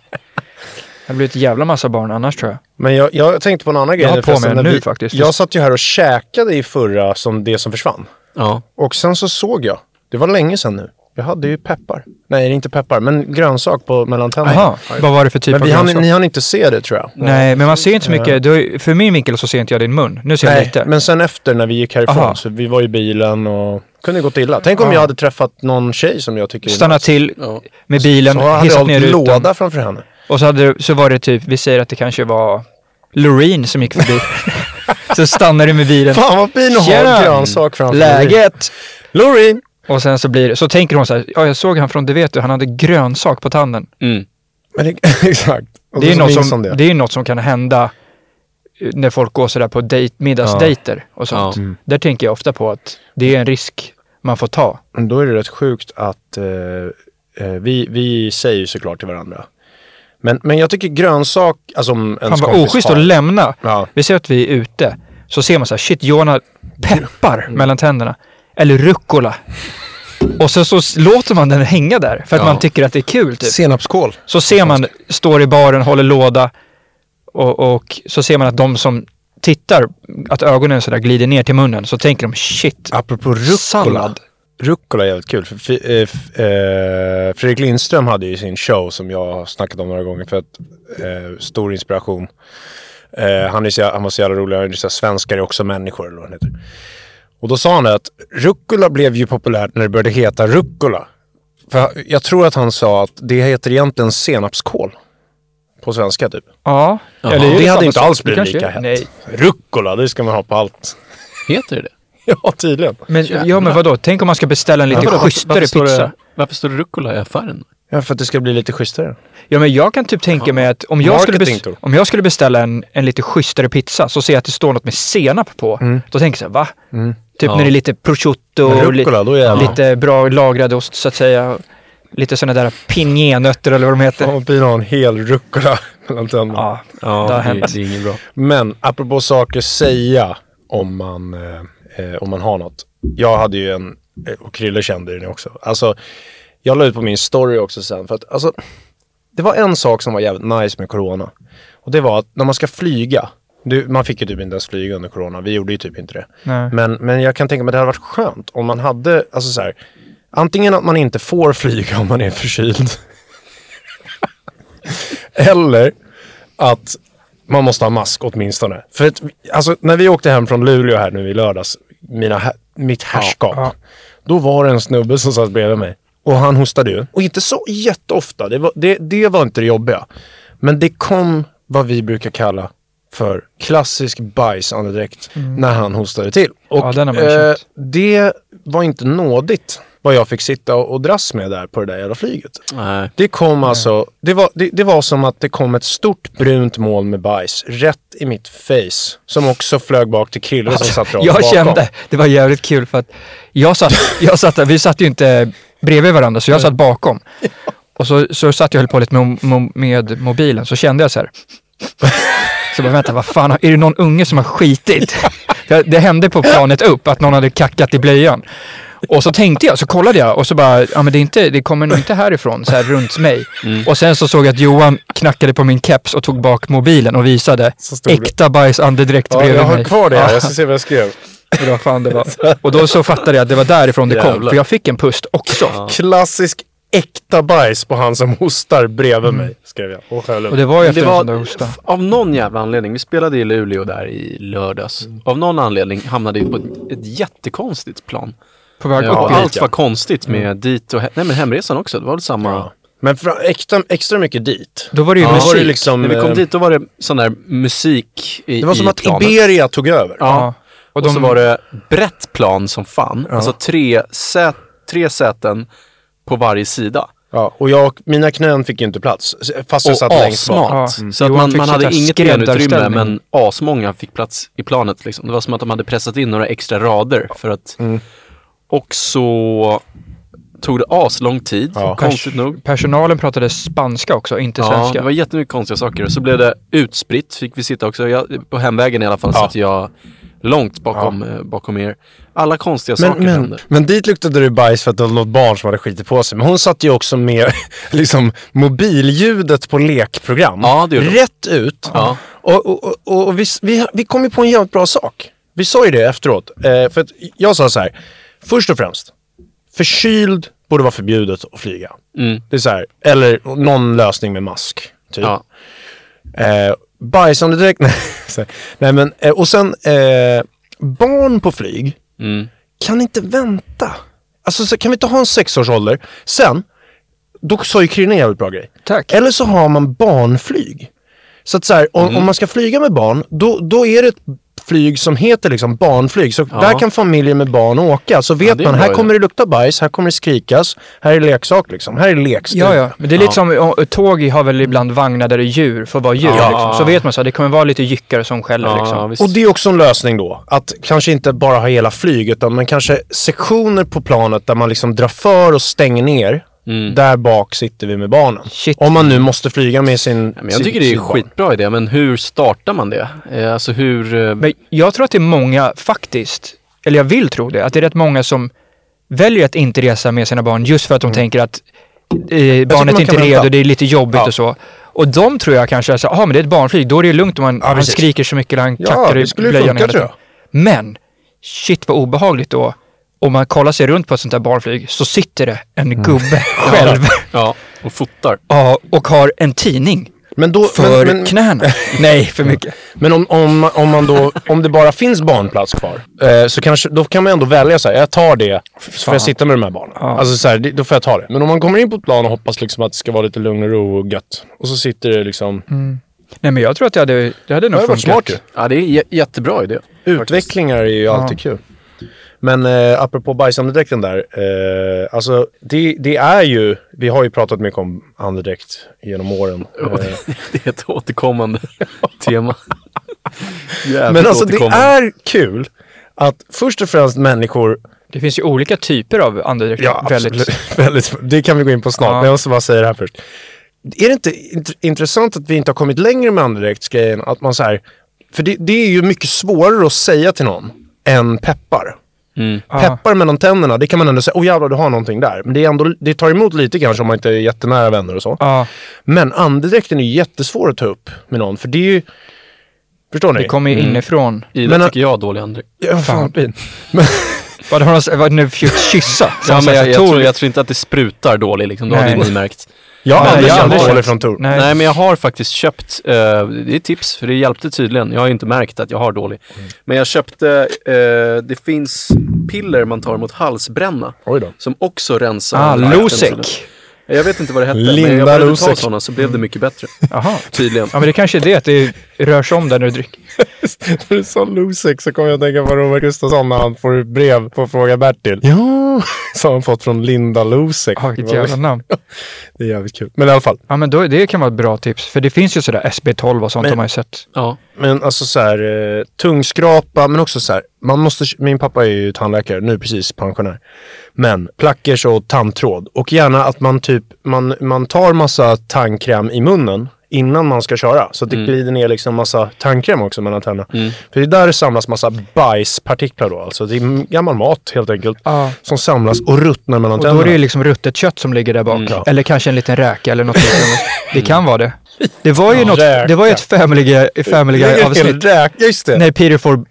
[SPEAKER 2] Det blir ett jävla massa barn annars tror jag.
[SPEAKER 1] Men jag, jag tänkte på en annan grej.
[SPEAKER 2] har på
[SPEAKER 1] förresten,
[SPEAKER 2] mig
[SPEAKER 1] när
[SPEAKER 2] nu faktiskt.
[SPEAKER 1] Jag satt ju här och käkade i förra som det som försvann.
[SPEAKER 4] Ja.
[SPEAKER 1] Och sen så såg jag, det var länge sedan nu, jag hade ju peppar. Nej, det är inte peppar, men grönsak på mellan tänderna.
[SPEAKER 2] Jaha, vad var det för typ
[SPEAKER 1] Men
[SPEAKER 2] av
[SPEAKER 1] vi hann,
[SPEAKER 2] grönsak?
[SPEAKER 1] ni hann inte se det tror jag.
[SPEAKER 2] Nej, men man ser inte så mycket. Du, har ju- för min vinkel så ser inte jag din mun. Nu ser jag
[SPEAKER 1] Nej,
[SPEAKER 2] lite.
[SPEAKER 1] men sen efter när vi gick härifrån,
[SPEAKER 2] Aha.
[SPEAKER 1] så vi var i bilen och kunde gått illa. Tänk om jag hade träffat någon tjej som jag tycker är
[SPEAKER 2] Stanna
[SPEAKER 1] nice.
[SPEAKER 2] till
[SPEAKER 4] alltså. Ja.
[SPEAKER 2] med bilen,
[SPEAKER 1] Så hade jag
[SPEAKER 2] hissat ner
[SPEAKER 1] hållit
[SPEAKER 2] rutan.
[SPEAKER 1] låda framför henne.
[SPEAKER 2] Och så, hade, så var det typ, vi säger att det kanske var Loreen som gick
[SPEAKER 1] <laughs>
[SPEAKER 2] förbi. så stannar du med bilen.
[SPEAKER 1] Fan vad fin att ha
[SPEAKER 2] Tjena!
[SPEAKER 1] en grönsak framför dig.
[SPEAKER 2] Läget!
[SPEAKER 1] Lorin!
[SPEAKER 2] Och sen så blir det, så tänker hon så här, ja jag såg han från, du vet du, han hade grönsak på tanden.
[SPEAKER 4] Mm.
[SPEAKER 1] Men det, <laughs> exakt. Och
[SPEAKER 2] Det är,
[SPEAKER 1] så
[SPEAKER 2] något
[SPEAKER 1] minns
[SPEAKER 2] som,
[SPEAKER 1] hon
[SPEAKER 2] det är något som kan hända eh, när folk går sådär på dejt, middagsdejter och sånt.
[SPEAKER 4] Ja. Mm.
[SPEAKER 2] Där tänker jag ofta på att det är en risk man får ta.
[SPEAKER 1] Men då är det rätt sjukt att eh, eh, vi, vi säger ju såklart till varandra. Men, men jag tycker grönsak, alltså om
[SPEAKER 2] Han
[SPEAKER 1] ens
[SPEAKER 2] var
[SPEAKER 1] kompis
[SPEAKER 2] oschysst
[SPEAKER 1] har-
[SPEAKER 2] att lämna.
[SPEAKER 1] Ja.
[SPEAKER 2] Vi ser att vi är ute, så ser man så här, shit, Johan har peppar
[SPEAKER 1] Mm.
[SPEAKER 2] mellan tänderna. Eller rucola. Och så, så s- låter man den hänga där för att
[SPEAKER 4] Ja.
[SPEAKER 2] man tycker att det är kul. Typ.
[SPEAKER 1] Senapskål.
[SPEAKER 2] Så ser man, står i baren, håller låda och, och så ser man att de som tittar, att ögonen sådär glider ner till munnen, så tänker de shit,
[SPEAKER 1] Apropå rucola.
[SPEAKER 2] Sallad.
[SPEAKER 1] Rucola är jävligt kul. För, fi- eh, f- eh, Fredrik Lindström hade ju sin show som jag har snackat om några gånger för att eh, stor inspiration. Eh, han, är så, jä- han var så jävla rolig. Han är så här, svenskar är också människor eller vad han heter. Och då sa han det att rucola blev ju populärt när det började heta rucola. För jag tror att han sa att det heter egentligen senapskål. På svenska typ.
[SPEAKER 2] ja. Eller är
[SPEAKER 1] det
[SPEAKER 2] samma
[SPEAKER 1] hade inte
[SPEAKER 2] sak.
[SPEAKER 1] alls
[SPEAKER 2] Det
[SPEAKER 1] blivit
[SPEAKER 2] kanske
[SPEAKER 1] lika
[SPEAKER 2] är.
[SPEAKER 1] hett.
[SPEAKER 2] Nej.
[SPEAKER 1] Rucola, det ska man ha på allt. <laughs>
[SPEAKER 4] Heter det det
[SPEAKER 1] ja, tydligen.
[SPEAKER 2] Men, ja, men vadå, tänk om man ska beställa en lite
[SPEAKER 4] Vadå,
[SPEAKER 2] schysstare
[SPEAKER 4] står
[SPEAKER 2] pizza.
[SPEAKER 4] Det, varför står det rucola i affären?
[SPEAKER 1] Ja, för att det ska bli lite schysstare.
[SPEAKER 2] Ja, men jag kan typ tänka mig att om jag, skulle,
[SPEAKER 1] Marketing,
[SPEAKER 2] bes-
[SPEAKER 1] tror
[SPEAKER 2] om jag skulle beställa en, en lite schysstare pizza så ser jag att det står något med senap på.
[SPEAKER 4] Mm.
[SPEAKER 2] Då tänker jag så här, va? Typ när det är lite prosciutto
[SPEAKER 1] Men
[SPEAKER 2] och
[SPEAKER 1] rucola, då
[SPEAKER 2] li-
[SPEAKER 1] jävlar.
[SPEAKER 2] lite bra lagrad ost så att säga. Lite sådana där pinjenötter eller vad de heter.
[SPEAKER 1] Fan vad pinsamt att ha en hel rucola <laughs> mellan tänderna.
[SPEAKER 2] Ja,
[SPEAKER 4] Ja,
[SPEAKER 2] det har
[SPEAKER 4] det,
[SPEAKER 2] hänt.
[SPEAKER 4] det är inget bra.
[SPEAKER 1] Men apropå saker säga om man, eh, eh, om man har något. Jag hade ju en, eh, och Krille kände den också. Alltså, jag la ut på min story också sen. För att, alltså, det var en sak som var jävligt nice med corona. Och det var att när man ska flyga. Du, man fick ju typ inte ens flyga under corona. Vi gjorde ju typ inte det.
[SPEAKER 2] Nej.
[SPEAKER 1] Men, men jag kan tänka mig att det hade varit skönt om man hade, alltså så här. Antingen att man inte får flyga om man är förkyld. Eller att man måste ha mask åtminstone. För att, alltså, när vi åkte hem från Luleå här nu i lördags, mina, hä- mitt herrskap, då var det en snubbe som satt bredvid mig. Och han hostade ju. Och inte så jätteofta, det var, det, det var inte det jobbiga. Men det kom vad vi brukar kalla för klassisk bajsandedräkt när han hostade till. Och
[SPEAKER 2] Mm. Ja, den har man ju
[SPEAKER 1] eh,
[SPEAKER 2] känt.
[SPEAKER 1] det var inte nådigt vad jag fick sitta och, och dras med där på det där jävla flyget.
[SPEAKER 4] Nej.
[SPEAKER 1] Det kom alltså, det var, det, det var som att det kom ett stort brunt moln med bajs rätt i mitt face. Som också flög bak till Krille som satt rakt
[SPEAKER 2] jag
[SPEAKER 1] bakom.
[SPEAKER 2] kände, det var jävligt kul för att jag satt, jag satt, vi satt ju inte bredvid varandra så jag satt bakom. Och så, så satt jag och höll på lite med, mo- med mobilen så kände jag så här. Så bara vänta, vad fan, har- är det någon unge som har skitit? Ja, Det hände på planet upp att någon hade kackat i blöjan. Och så tänkte jag, så kollade jag och så bara, ja men det, är inte, det kommer nog inte härifrån, så här runt mig.
[SPEAKER 1] Mm.
[SPEAKER 2] Och sen så såg jag att Johan knackade på min keps och tog bak mobilen och visade
[SPEAKER 1] Så stod det.
[SPEAKER 2] äkta bajsandedräkt
[SPEAKER 1] Ja,
[SPEAKER 2] bredvid
[SPEAKER 1] jag har
[SPEAKER 2] mig.
[SPEAKER 1] kvar det
[SPEAKER 2] Ja.
[SPEAKER 1] här. Jag ska se vad jag skrev.
[SPEAKER 2] Eller vad fan det
[SPEAKER 4] <laughs>
[SPEAKER 2] var. Och då så fattade jag att det var därifrån det kom.
[SPEAKER 4] Jävlar.
[SPEAKER 2] För jag fick en pust också.
[SPEAKER 1] Klassisk äkta bajs på han som hostar bredvid mig, skrev jag. Och själv.
[SPEAKER 2] Mm. Och det var ju efter
[SPEAKER 4] Det
[SPEAKER 2] en sån där
[SPEAKER 4] var
[SPEAKER 2] hosta.
[SPEAKER 4] f- av någon jävla anledning, vi spelade i Luleå där i lördags. Av någon anledning hamnade vi på ett, ett jättekonstigt plan.
[SPEAKER 2] På väg
[SPEAKER 4] och
[SPEAKER 2] upp
[SPEAKER 1] dit,
[SPEAKER 2] hit.
[SPEAKER 4] allt
[SPEAKER 1] ja.
[SPEAKER 4] var konstigt med dit och he- nej, men hemresan också. Det var väl samma.
[SPEAKER 1] Ja. Men fra- extra, extra mycket dit.
[SPEAKER 2] Då var det ju
[SPEAKER 1] Ja.
[SPEAKER 2] musik.
[SPEAKER 1] Var det liksom,
[SPEAKER 4] När vi kom
[SPEAKER 1] eh,
[SPEAKER 4] dit då var det sån där musik i
[SPEAKER 1] Det var som
[SPEAKER 4] i
[SPEAKER 1] att
[SPEAKER 4] planet.
[SPEAKER 1] Iberia tog över.
[SPEAKER 4] Ja.
[SPEAKER 2] Och
[SPEAKER 4] Och,
[SPEAKER 2] de-
[SPEAKER 4] så var det brett plan som fan. Alltså tre, sä- tre säten på varje sida.
[SPEAKER 1] Ja, och jag, mina knän fick ju inte plats, s- fast jag
[SPEAKER 4] Och
[SPEAKER 1] satt längst bak.
[SPEAKER 4] assmalt.
[SPEAKER 2] Ja. Mm.
[SPEAKER 4] Så att
[SPEAKER 2] Johan
[SPEAKER 4] man,
[SPEAKER 2] fick
[SPEAKER 4] man
[SPEAKER 2] sitta
[SPEAKER 4] hade
[SPEAKER 2] i
[SPEAKER 4] inget benutrymme,
[SPEAKER 2] skräddarställning.
[SPEAKER 4] men asmånga fick plats i planet. Liksom. Det var som att de hade pressat in några extra rader för att... Och så tog det aslång tid, konstigt nog.
[SPEAKER 2] Personalen pratade spanska också, inte
[SPEAKER 4] Ja, det
[SPEAKER 2] svenska.
[SPEAKER 4] var jättemycket konstiga saker. Och Så blev det utspritt, fick vi sitta också. Jag, på hemvägen i alla fall satt jag långt bakom, eh, bakom er. Alla konstiga
[SPEAKER 1] Men,
[SPEAKER 4] saker
[SPEAKER 1] men,
[SPEAKER 4] hände.
[SPEAKER 1] men dit luktade det bajs för att det var något barn som hade skitit på sig. Men hon satt ju också med <laughs> liksom, mobilljudet på lekprogram.
[SPEAKER 4] Ja, det gjorde hon.
[SPEAKER 1] Rätt ut.
[SPEAKER 4] Ja.
[SPEAKER 1] Och, och, och, och vi, vi, vi kom ju på en jävligt bra sak. Vi sa ju det efteråt. Eh, för att jag sa så här, först och främst, förkyld borde vara förbjudet att flyga. Det är så här, eller någon lösning med mask. Typ.
[SPEAKER 4] Mm. Ja.
[SPEAKER 1] Eh, Bajsandedräkt, <laughs> nej. så här. nej men, eh, och sen eh, barn på flyg
[SPEAKER 4] Mm.
[SPEAKER 1] kan inte vänta. Alltså så kan vi inte ha en sexårsålder? Sen, då sa ju Krille en jävligt bra grej.
[SPEAKER 2] Tack.
[SPEAKER 1] Eller så har man barnflyg. Så att så här, om,
[SPEAKER 4] Mm.
[SPEAKER 1] om man ska flyga med barn, då, då är det ett flyg som heter liksom barnflyg. Så där kan familjer med barn åka. Så vet
[SPEAKER 4] det är
[SPEAKER 1] man,
[SPEAKER 4] en
[SPEAKER 1] här
[SPEAKER 4] bra
[SPEAKER 1] kommer det lukta bajs, här kommer det skrikas, här är leksak liksom, här är lekstuga.
[SPEAKER 2] Ja, ja. Men det är lite som, och- och tåg har väl ibland vagnar där det är djur för att vara djur.
[SPEAKER 4] Ja.
[SPEAKER 2] Liksom. Så vet man så här, det kommer vara lite jyckare som skäller
[SPEAKER 4] Ja,
[SPEAKER 2] liksom.
[SPEAKER 4] visst.
[SPEAKER 1] Och det är också en lösning då, att kanske inte bara ha hela flyg utan men kanske sektioner på planet där man liksom drar för och stänger ner.
[SPEAKER 4] Mm.
[SPEAKER 1] Där bak sitter vi med barnen.
[SPEAKER 2] Shit.
[SPEAKER 1] Om man nu måste flyga med sin...
[SPEAKER 4] Men jag tycker det är en skitbra idé, men hur startar man det? Eh, Alltså hur... eh,
[SPEAKER 2] Men jag tror att det är många faktiskt, eller jag vill tro det, att det är rätt många som väljer att inte resa med sina barn just för att de tänker att eh, barnet
[SPEAKER 1] Mm. man
[SPEAKER 2] är
[SPEAKER 1] kan
[SPEAKER 2] inte är
[SPEAKER 1] vänta.
[SPEAKER 2] redo, det är lite jobbigt
[SPEAKER 1] Ja.
[SPEAKER 2] och så. Och de tror jag kanske, alltså, ah, men det är ett barnflyg, då är det ju lugnt om han, han
[SPEAKER 1] precis.
[SPEAKER 2] skriker så mycket eller han
[SPEAKER 1] Ja,
[SPEAKER 2] kackar
[SPEAKER 1] det
[SPEAKER 2] i
[SPEAKER 1] skulle ju
[SPEAKER 2] blöjan.
[SPEAKER 1] funka,
[SPEAKER 2] hela
[SPEAKER 1] tror
[SPEAKER 2] tiden. Men, shit vad obehagligt då. Om man kollar sig runt på ett sånt där barnflyg så sitter det en
[SPEAKER 1] Mm. <laughs>
[SPEAKER 2] gubbe själv
[SPEAKER 4] Ja, och fotar.
[SPEAKER 2] ja, och har en tidning
[SPEAKER 1] Men, då,
[SPEAKER 2] för
[SPEAKER 1] men, men, <laughs>
[SPEAKER 2] knäna. Nej, för mycket.
[SPEAKER 1] men om, om, om, man då, om det bara finns barnplats kvar, eh, så kanske, då kan man ändå välja så här, jag tar det, så får jag sitta med de här barnen. Alltså så här, det- då får jag ta det. Men om man kommer in på ett plan och hoppas liksom att det ska vara lite lugn och ro och gött. Och så sitter det liksom...
[SPEAKER 2] Nej, men jag tror att det hade, det hade nog
[SPEAKER 1] Det har varit
[SPEAKER 2] funkat.
[SPEAKER 1] smart ju.
[SPEAKER 4] Ja, det är en jä- jättebra idé. <laughs>
[SPEAKER 1] Utvecklingar är ju alltid kul. Men eh, apropå bajsandedräkten där. Eh, alltså det, det är ju, vi har ju pratat mycket om andedräkt genom åren.
[SPEAKER 4] Och
[SPEAKER 1] Eh,
[SPEAKER 4] det, det är ett <laughs> återkommande tema. Jävligt
[SPEAKER 1] men alltså det
[SPEAKER 4] återkommande.
[SPEAKER 1] är kul att först och främst människor,
[SPEAKER 2] Det finns ju olika typer av andedräkt.
[SPEAKER 1] ja
[SPEAKER 2] väldigt.
[SPEAKER 1] absolut, <laughs> väldigt, det kan vi gå in på snart,
[SPEAKER 2] Ja.
[SPEAKER 1] men jag måste bara säga det här först. Är det inte int- intressant att vi inte har kommit längre med andedräktsgrejen? Att man så här, för det, det är ju mycket svårare att säga till någon än peppar.
[SPEAKER 2] Mm.
[SPEAKER 1] Peppar mellan tänderna, det kan man ändå säga, åh jävlar du har någonting där. Men det, är ändå, det tar emot lite kanske om man inte är jättenära vänner och så.
[SPEAKER 2] Ja,
[SPEAKER 1] Men andedräkten är ju jättesvår att ta upp med någon, för det är ju... Förstår ni?
[SPEAKER 2] det kommer
[SPEAKER 4] Mm.
[SPEAKER 2] ju inifrån.
[SPEAKER 4] Ida
[SPEAKER 1] Men-
[SPEAKER 4] tycker jag är dålig, André.
[SPEAKER 1] Ja, fan.
[SPEAKER 2] Vad har de s- vad nu försökt kyssa?
[SPEAKER 4] <laughs> Ja,
[SPEAKER 2] Som
[SPEAKER 4] men
[SPEAKER 2] så här,
[SPEAKER 4] Alltså, jag, jag, tror,
[SPEAKER 2] Tor-
[SPEAKER 4] jag tror inte att det sprutar dålig, liksom. det har
[SPEAKER 2] Nej.
[SPEAKER 4] ju ni märkt.
[SPEAKER 1] Jag har
[SPEAKER 2] Nej,
[SPEAKER 1] aldrig
[SPEAKER 4] jag har
[SPEAKER 1] känt
[SPEAKER 4] aldrig
[SPEAKER 1] dålig
[SPEAKER 4] känt-
[SPEAKER 1] från Tor.
[SPEAKER 2] Nej.
[SPEAKER 4] <laughs> Nej, men jag har faktiskt köpt, eh, det är tips för det hjälpte tydligen. Jag har ju inte märkt att jag har dålig. Men jag köpte, eh, det finns piller man tar mot halsbränna.
[SPEAKER 1] Oj då.
[SPEAKER 4] Som också rensar.
[SPEAKER 2] Ah,
[SPEAKER 4] luften.
[SPEAKER 2] Losec.
[SPEAKER 4] Jag vet inte vad det hette, men
[SPEAKER 1] Linda
[SPEAKER 4] jag började ta
[SPEAKER 1] Rosek.
[SPEAKER 4] sådana så blev det mycket bättre.
[SPEAKER 2] Jaha.
[SPEAKER 4] Tydligen.
[SPEAKER 2] Ja, men det kanske är det, att det rör sig om där när du dricker.
[SPEAKER 1] När <laughs> du sa Losek så kom jag att tänka på Robert Gustafsson när han får ett brev på Fråga Bertil. Ja. Som han fått från Linda Losek.
[SPEAKER 2] Ja, vilket jävla namn.
[SPEAKER 1] Det är jävligt kul. Men i alla fall.
[SPEAKER 2] Ja, men då, det kan vara ett bra tips. För det finns ju sådär SB12 och sånt har man ju sett.
[SPEAKER 4] Ja.
[SPEAKER 1] Men alltså så här, eh, tungskrapa, men också så här, man måste, min pappa är ju tandläkare, nu precis pensionär. Men plackers och tandtråd. Och gärna att man typ, man, man tar massa tandkräm i munnen innan man ska köra. Så att det
[SPEAKER 2] Mm.
[SPEAKER 1] glider ner liksom massa tandkräm också mellan tänderna. För det är där det samlas massa bajspartiklar då. Alltså det är gammal mat helt enkelt.
[SPEAKER 2] Ja.
[SPEAKER 1] Som samlas och ruttnar mellan
[SPEAKER 2] Och då
[SPEAKER 1] tänderna.
[SPEAKER 2] är det ju liksom ruttet kött som ligger där bak.
[SPEAKER 1] Mm.
[SPEAKER 2] Eller kanske en liten räka eller något liknande. Det kan vara det. Det var ju, något, det var ju ett Family Guy- Family
[SPEAKER 1] Det är
[SPEAKER 2] Guy-avsnitt.
[SPEAKER 1] helt räk- just det.
[SPEAKER 2] när Peter får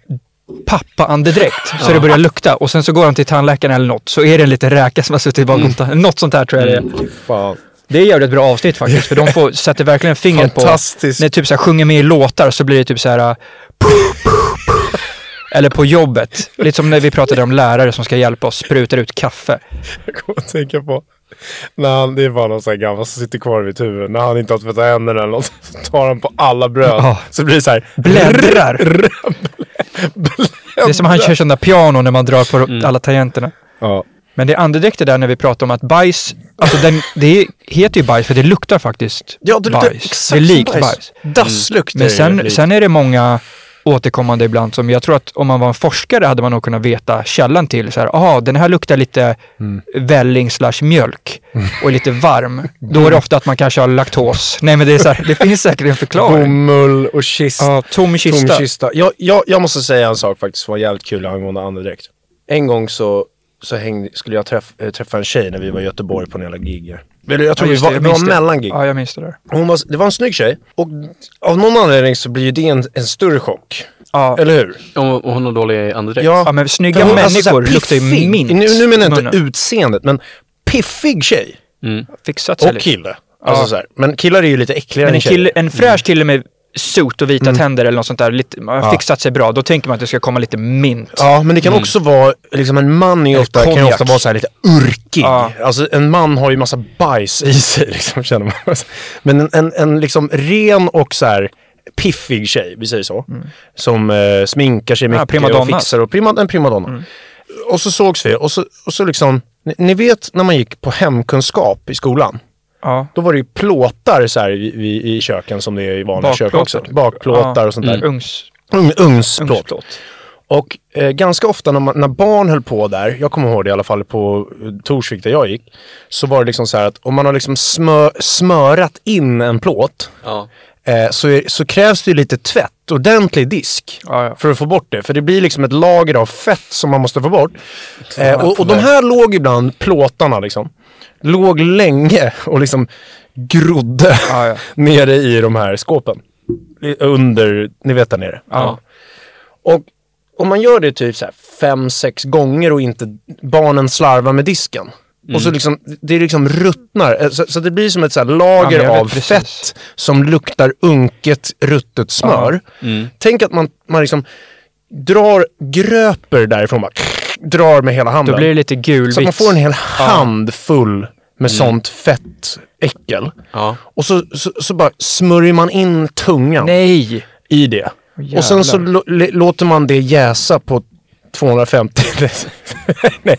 [SPEAKER 2] pappaandedräkt så det börjar lukta och sen så går han till tandläkaren eller något så är det en liten räka som har suttit bakom mm. Något sånt här tror jag det är.
[SPEAKER 1] Fan.
[SPEAKER 2] Det är jävligt bra avsnitt faktiskt för
[SPEAKER 1] <laughs>
[SPEAKER 2] de får, sätter verkligen fingret på...
[SPEAKER 1] Fantastiskt.
[SPEAKER 2] När typ så här, sjunger med i låtar så blir det typ så här... äh, Eller på jobbet. Lite som när vi pratade om lärare som ska hjälpa oss, sprutar ut kaffe.
[SPEAKER 1] Jag kommer att tänka på. När han, det är bara någon sån här gammal som sitter kvar vid huvudet. När han inte har tvättat händerna eller något. Så tar han på alla bröd.
[SPEAKER 2] Ja.
[SPEAKER 1] Så blir det så här.
[SPEAKER 2] Bläddrar! Det är som han kör sådana piano när man drar på alla tangenterna.
[SPEAKER 1] Ja.
[SPEAKER 2] Men det är andedräkter där när vi pratar om att bajs, alltså den, det är- heter ju bajs för det luktar faktiskt bajs. Det är likt bajs.
[SPEAKER 1] Dasslukt
[SPEAKER 2] Men
[SPEAKER 1] är
[SPEAKER 2] sen,
[SPEAKER 1] Mm. det
[SPEAKER 2] sen är det många återkommande ibland som jag tror att om man var en forskare hade man nog kunnat veta källan till så här, aha, den här luktar lite välling slash mjölk och är lite varm. Då är det ofta att man kanske har laktos. Nej men det är så här, det finns säkert en förklaring.
[SPEAKER 1] Bomull och kista.
[SPEAKER 2] Ja, tom kista.
[SPEAKER 1] Tom kista. Jag, jag, jag måste säga en sak faktiskt som var jävligt kul angående andedräkt. En gång så, så hängde, skulle jag träff, eh, träffa en tjej när vi var i Göteborg på en jävla gig. Eller jag tror
[SPEAKER 2] Ja,
[SPEAKER 1] vi
[SPEAKER 2] just
[SPEAKER 1] var,
[SPEAKER 2] jag
[SPEAKER 1] vi
[SPEAKER 2] minns
[SPEAKER 1] var mellan gig.
[SPEAKER 2] Ja, jag minns det där.
[SPEAKER 1] Hon var, det var en snygg tjej. Och av någon anledning så blir ju det en, en större chock.
[SPEAKER 2] Ja.
[SPEAKER 1] Eller hur?
[SPEAKER 4] Och, och hon har dålig andedräkt.
[SPEAKER 2] Ja, men snygga
[SPEAKER 1] För hon-
[SPEAKER 2] människor
[SPEAKER 1] Alltså, så här
[SPEAKER 2] luktar ju
[SPEAKER 1] piffig.
[SPEAKER 2] mint
[SPEAKER 1] Nu, nu menar jag
[SPEAKER 2] i
[SPEAKER 1] inte
[SPEAKER 2] munnen.
[SPEAKER 1] utseendet, men piffig tjej
[SPEAKER 2] Fixat sig
[SPEAKER 1] och
[SPEAKER 2] lite.
[SPEAKER 1] kille. Alltså så här. Men killar är ju lite äckligare
[SPEAKER 2] Men en,
[SPEAKER 1] än
[SPEAKER 2] kille,
[SPEAKER 1] tjejer.
[SPEAKER 2] en fräsch kille med sut och
[SPEAKER 1] Mm.
[SPEAKER 2] vita tänder eller något sånt där, lite, man har fixat sig bra, då tänker man att det ska komma lite mint.
[SPEAKER 1] Ja, men det kan också vara, liksom en man är ju ofta, kan ju
[SPEAKER 2] Mm. konjak.
[SPEAKER 1] ofta vara så här lite urkig.
[SPEAKER 2] Ja.
[SPEAKER 1] Alltså en man har ju massa bajs i sig, <laughs> liksom, känner man. Men en, en, en liksom ren och så här piffig tjej, vi säger så, som eh, sminkar sig mycket och
[SPEAKER 2] Mm. primadonna. Mm.
[SPEAKER 1] fixar och prima, en primadonna. Och så sågs vi och så, och så liksom, ni, ni vet när man gick på hemkunskap i skolan?
[SPEAKER 2] Ja.
[SPEAKER 1] Då var det ju plåtar så här i, i, i köken som det är i vanliga kök också. Bakplåtar och sånt där.
[SPEAKER 2] typ. Mm. Ungs,
[SPEAKER 1] Ugn- Ugnsplåt.
[SPEAKER 2] ugnsplåt.
[SPEAKER 1] Och eh, ganska ofta när, man, när barn höll på där, jag kommer ihåg det i alla fall på eh, Torsvik där jag gick, så var det liksom så här att om man har liksom smö, smörat in en plåt
[SPEAKER 4] Ja.
[SPEAKER 1] eh, så, är, så krävs det ju lite tvätt, ordentlig disk,
[SPEAKER 2] Ja, ja.
[SPEAKER 1] för att få bort det. För det blir liksom ett lager av fett som man måste få bort. Eh, och, och de här låg ibland, plåtarna liksom, låg länge och liksom grodde
[SPEAKER 2] Ja, ja.
[SPEAKER 1] <laughs> nere i de här skåpen. I- Under, ni vet där nere.
[SPEAKER 2] Ja.
[SPEAKER 1] Och om man gör det typ så här fem, sex gånger och inte barnen slarvar med disken. Och
[SPEAKER 2] Mm.
[SPEAKER 1] så liksom, det liksom ruttnar. Eh, Så, så det blir som ett så här lager
[SPEAKER 2] Ja, men jag vet
[SPEAKER 1] av
[SPEAKER 2] precis.
[SPEAKER 1] fett som luktar unket, ruttet smör.
[SPEAKER 2] Mm.
[SPEAKER 1] Tänk att man, man liksom drar, gröper därifrån bara, drar med hela handen.
[SPEAKER 2] Då blir det lite Mm. gulvitt.
[SPEAKER 1] så att man får en hel hand full med sånt fett äckel.
[SPEAKER 4] Ja.
[SPEAKER 1] Och så, så, så bara smörjer man in tungan
[SPEAKER 2] Nej!
[SPEAKER 1] i det.
[SPEAKER 2] jävlar.
[SPEAKER 1] och sen så lo- l- låter man det jäsa på <laughs> 250. Nej.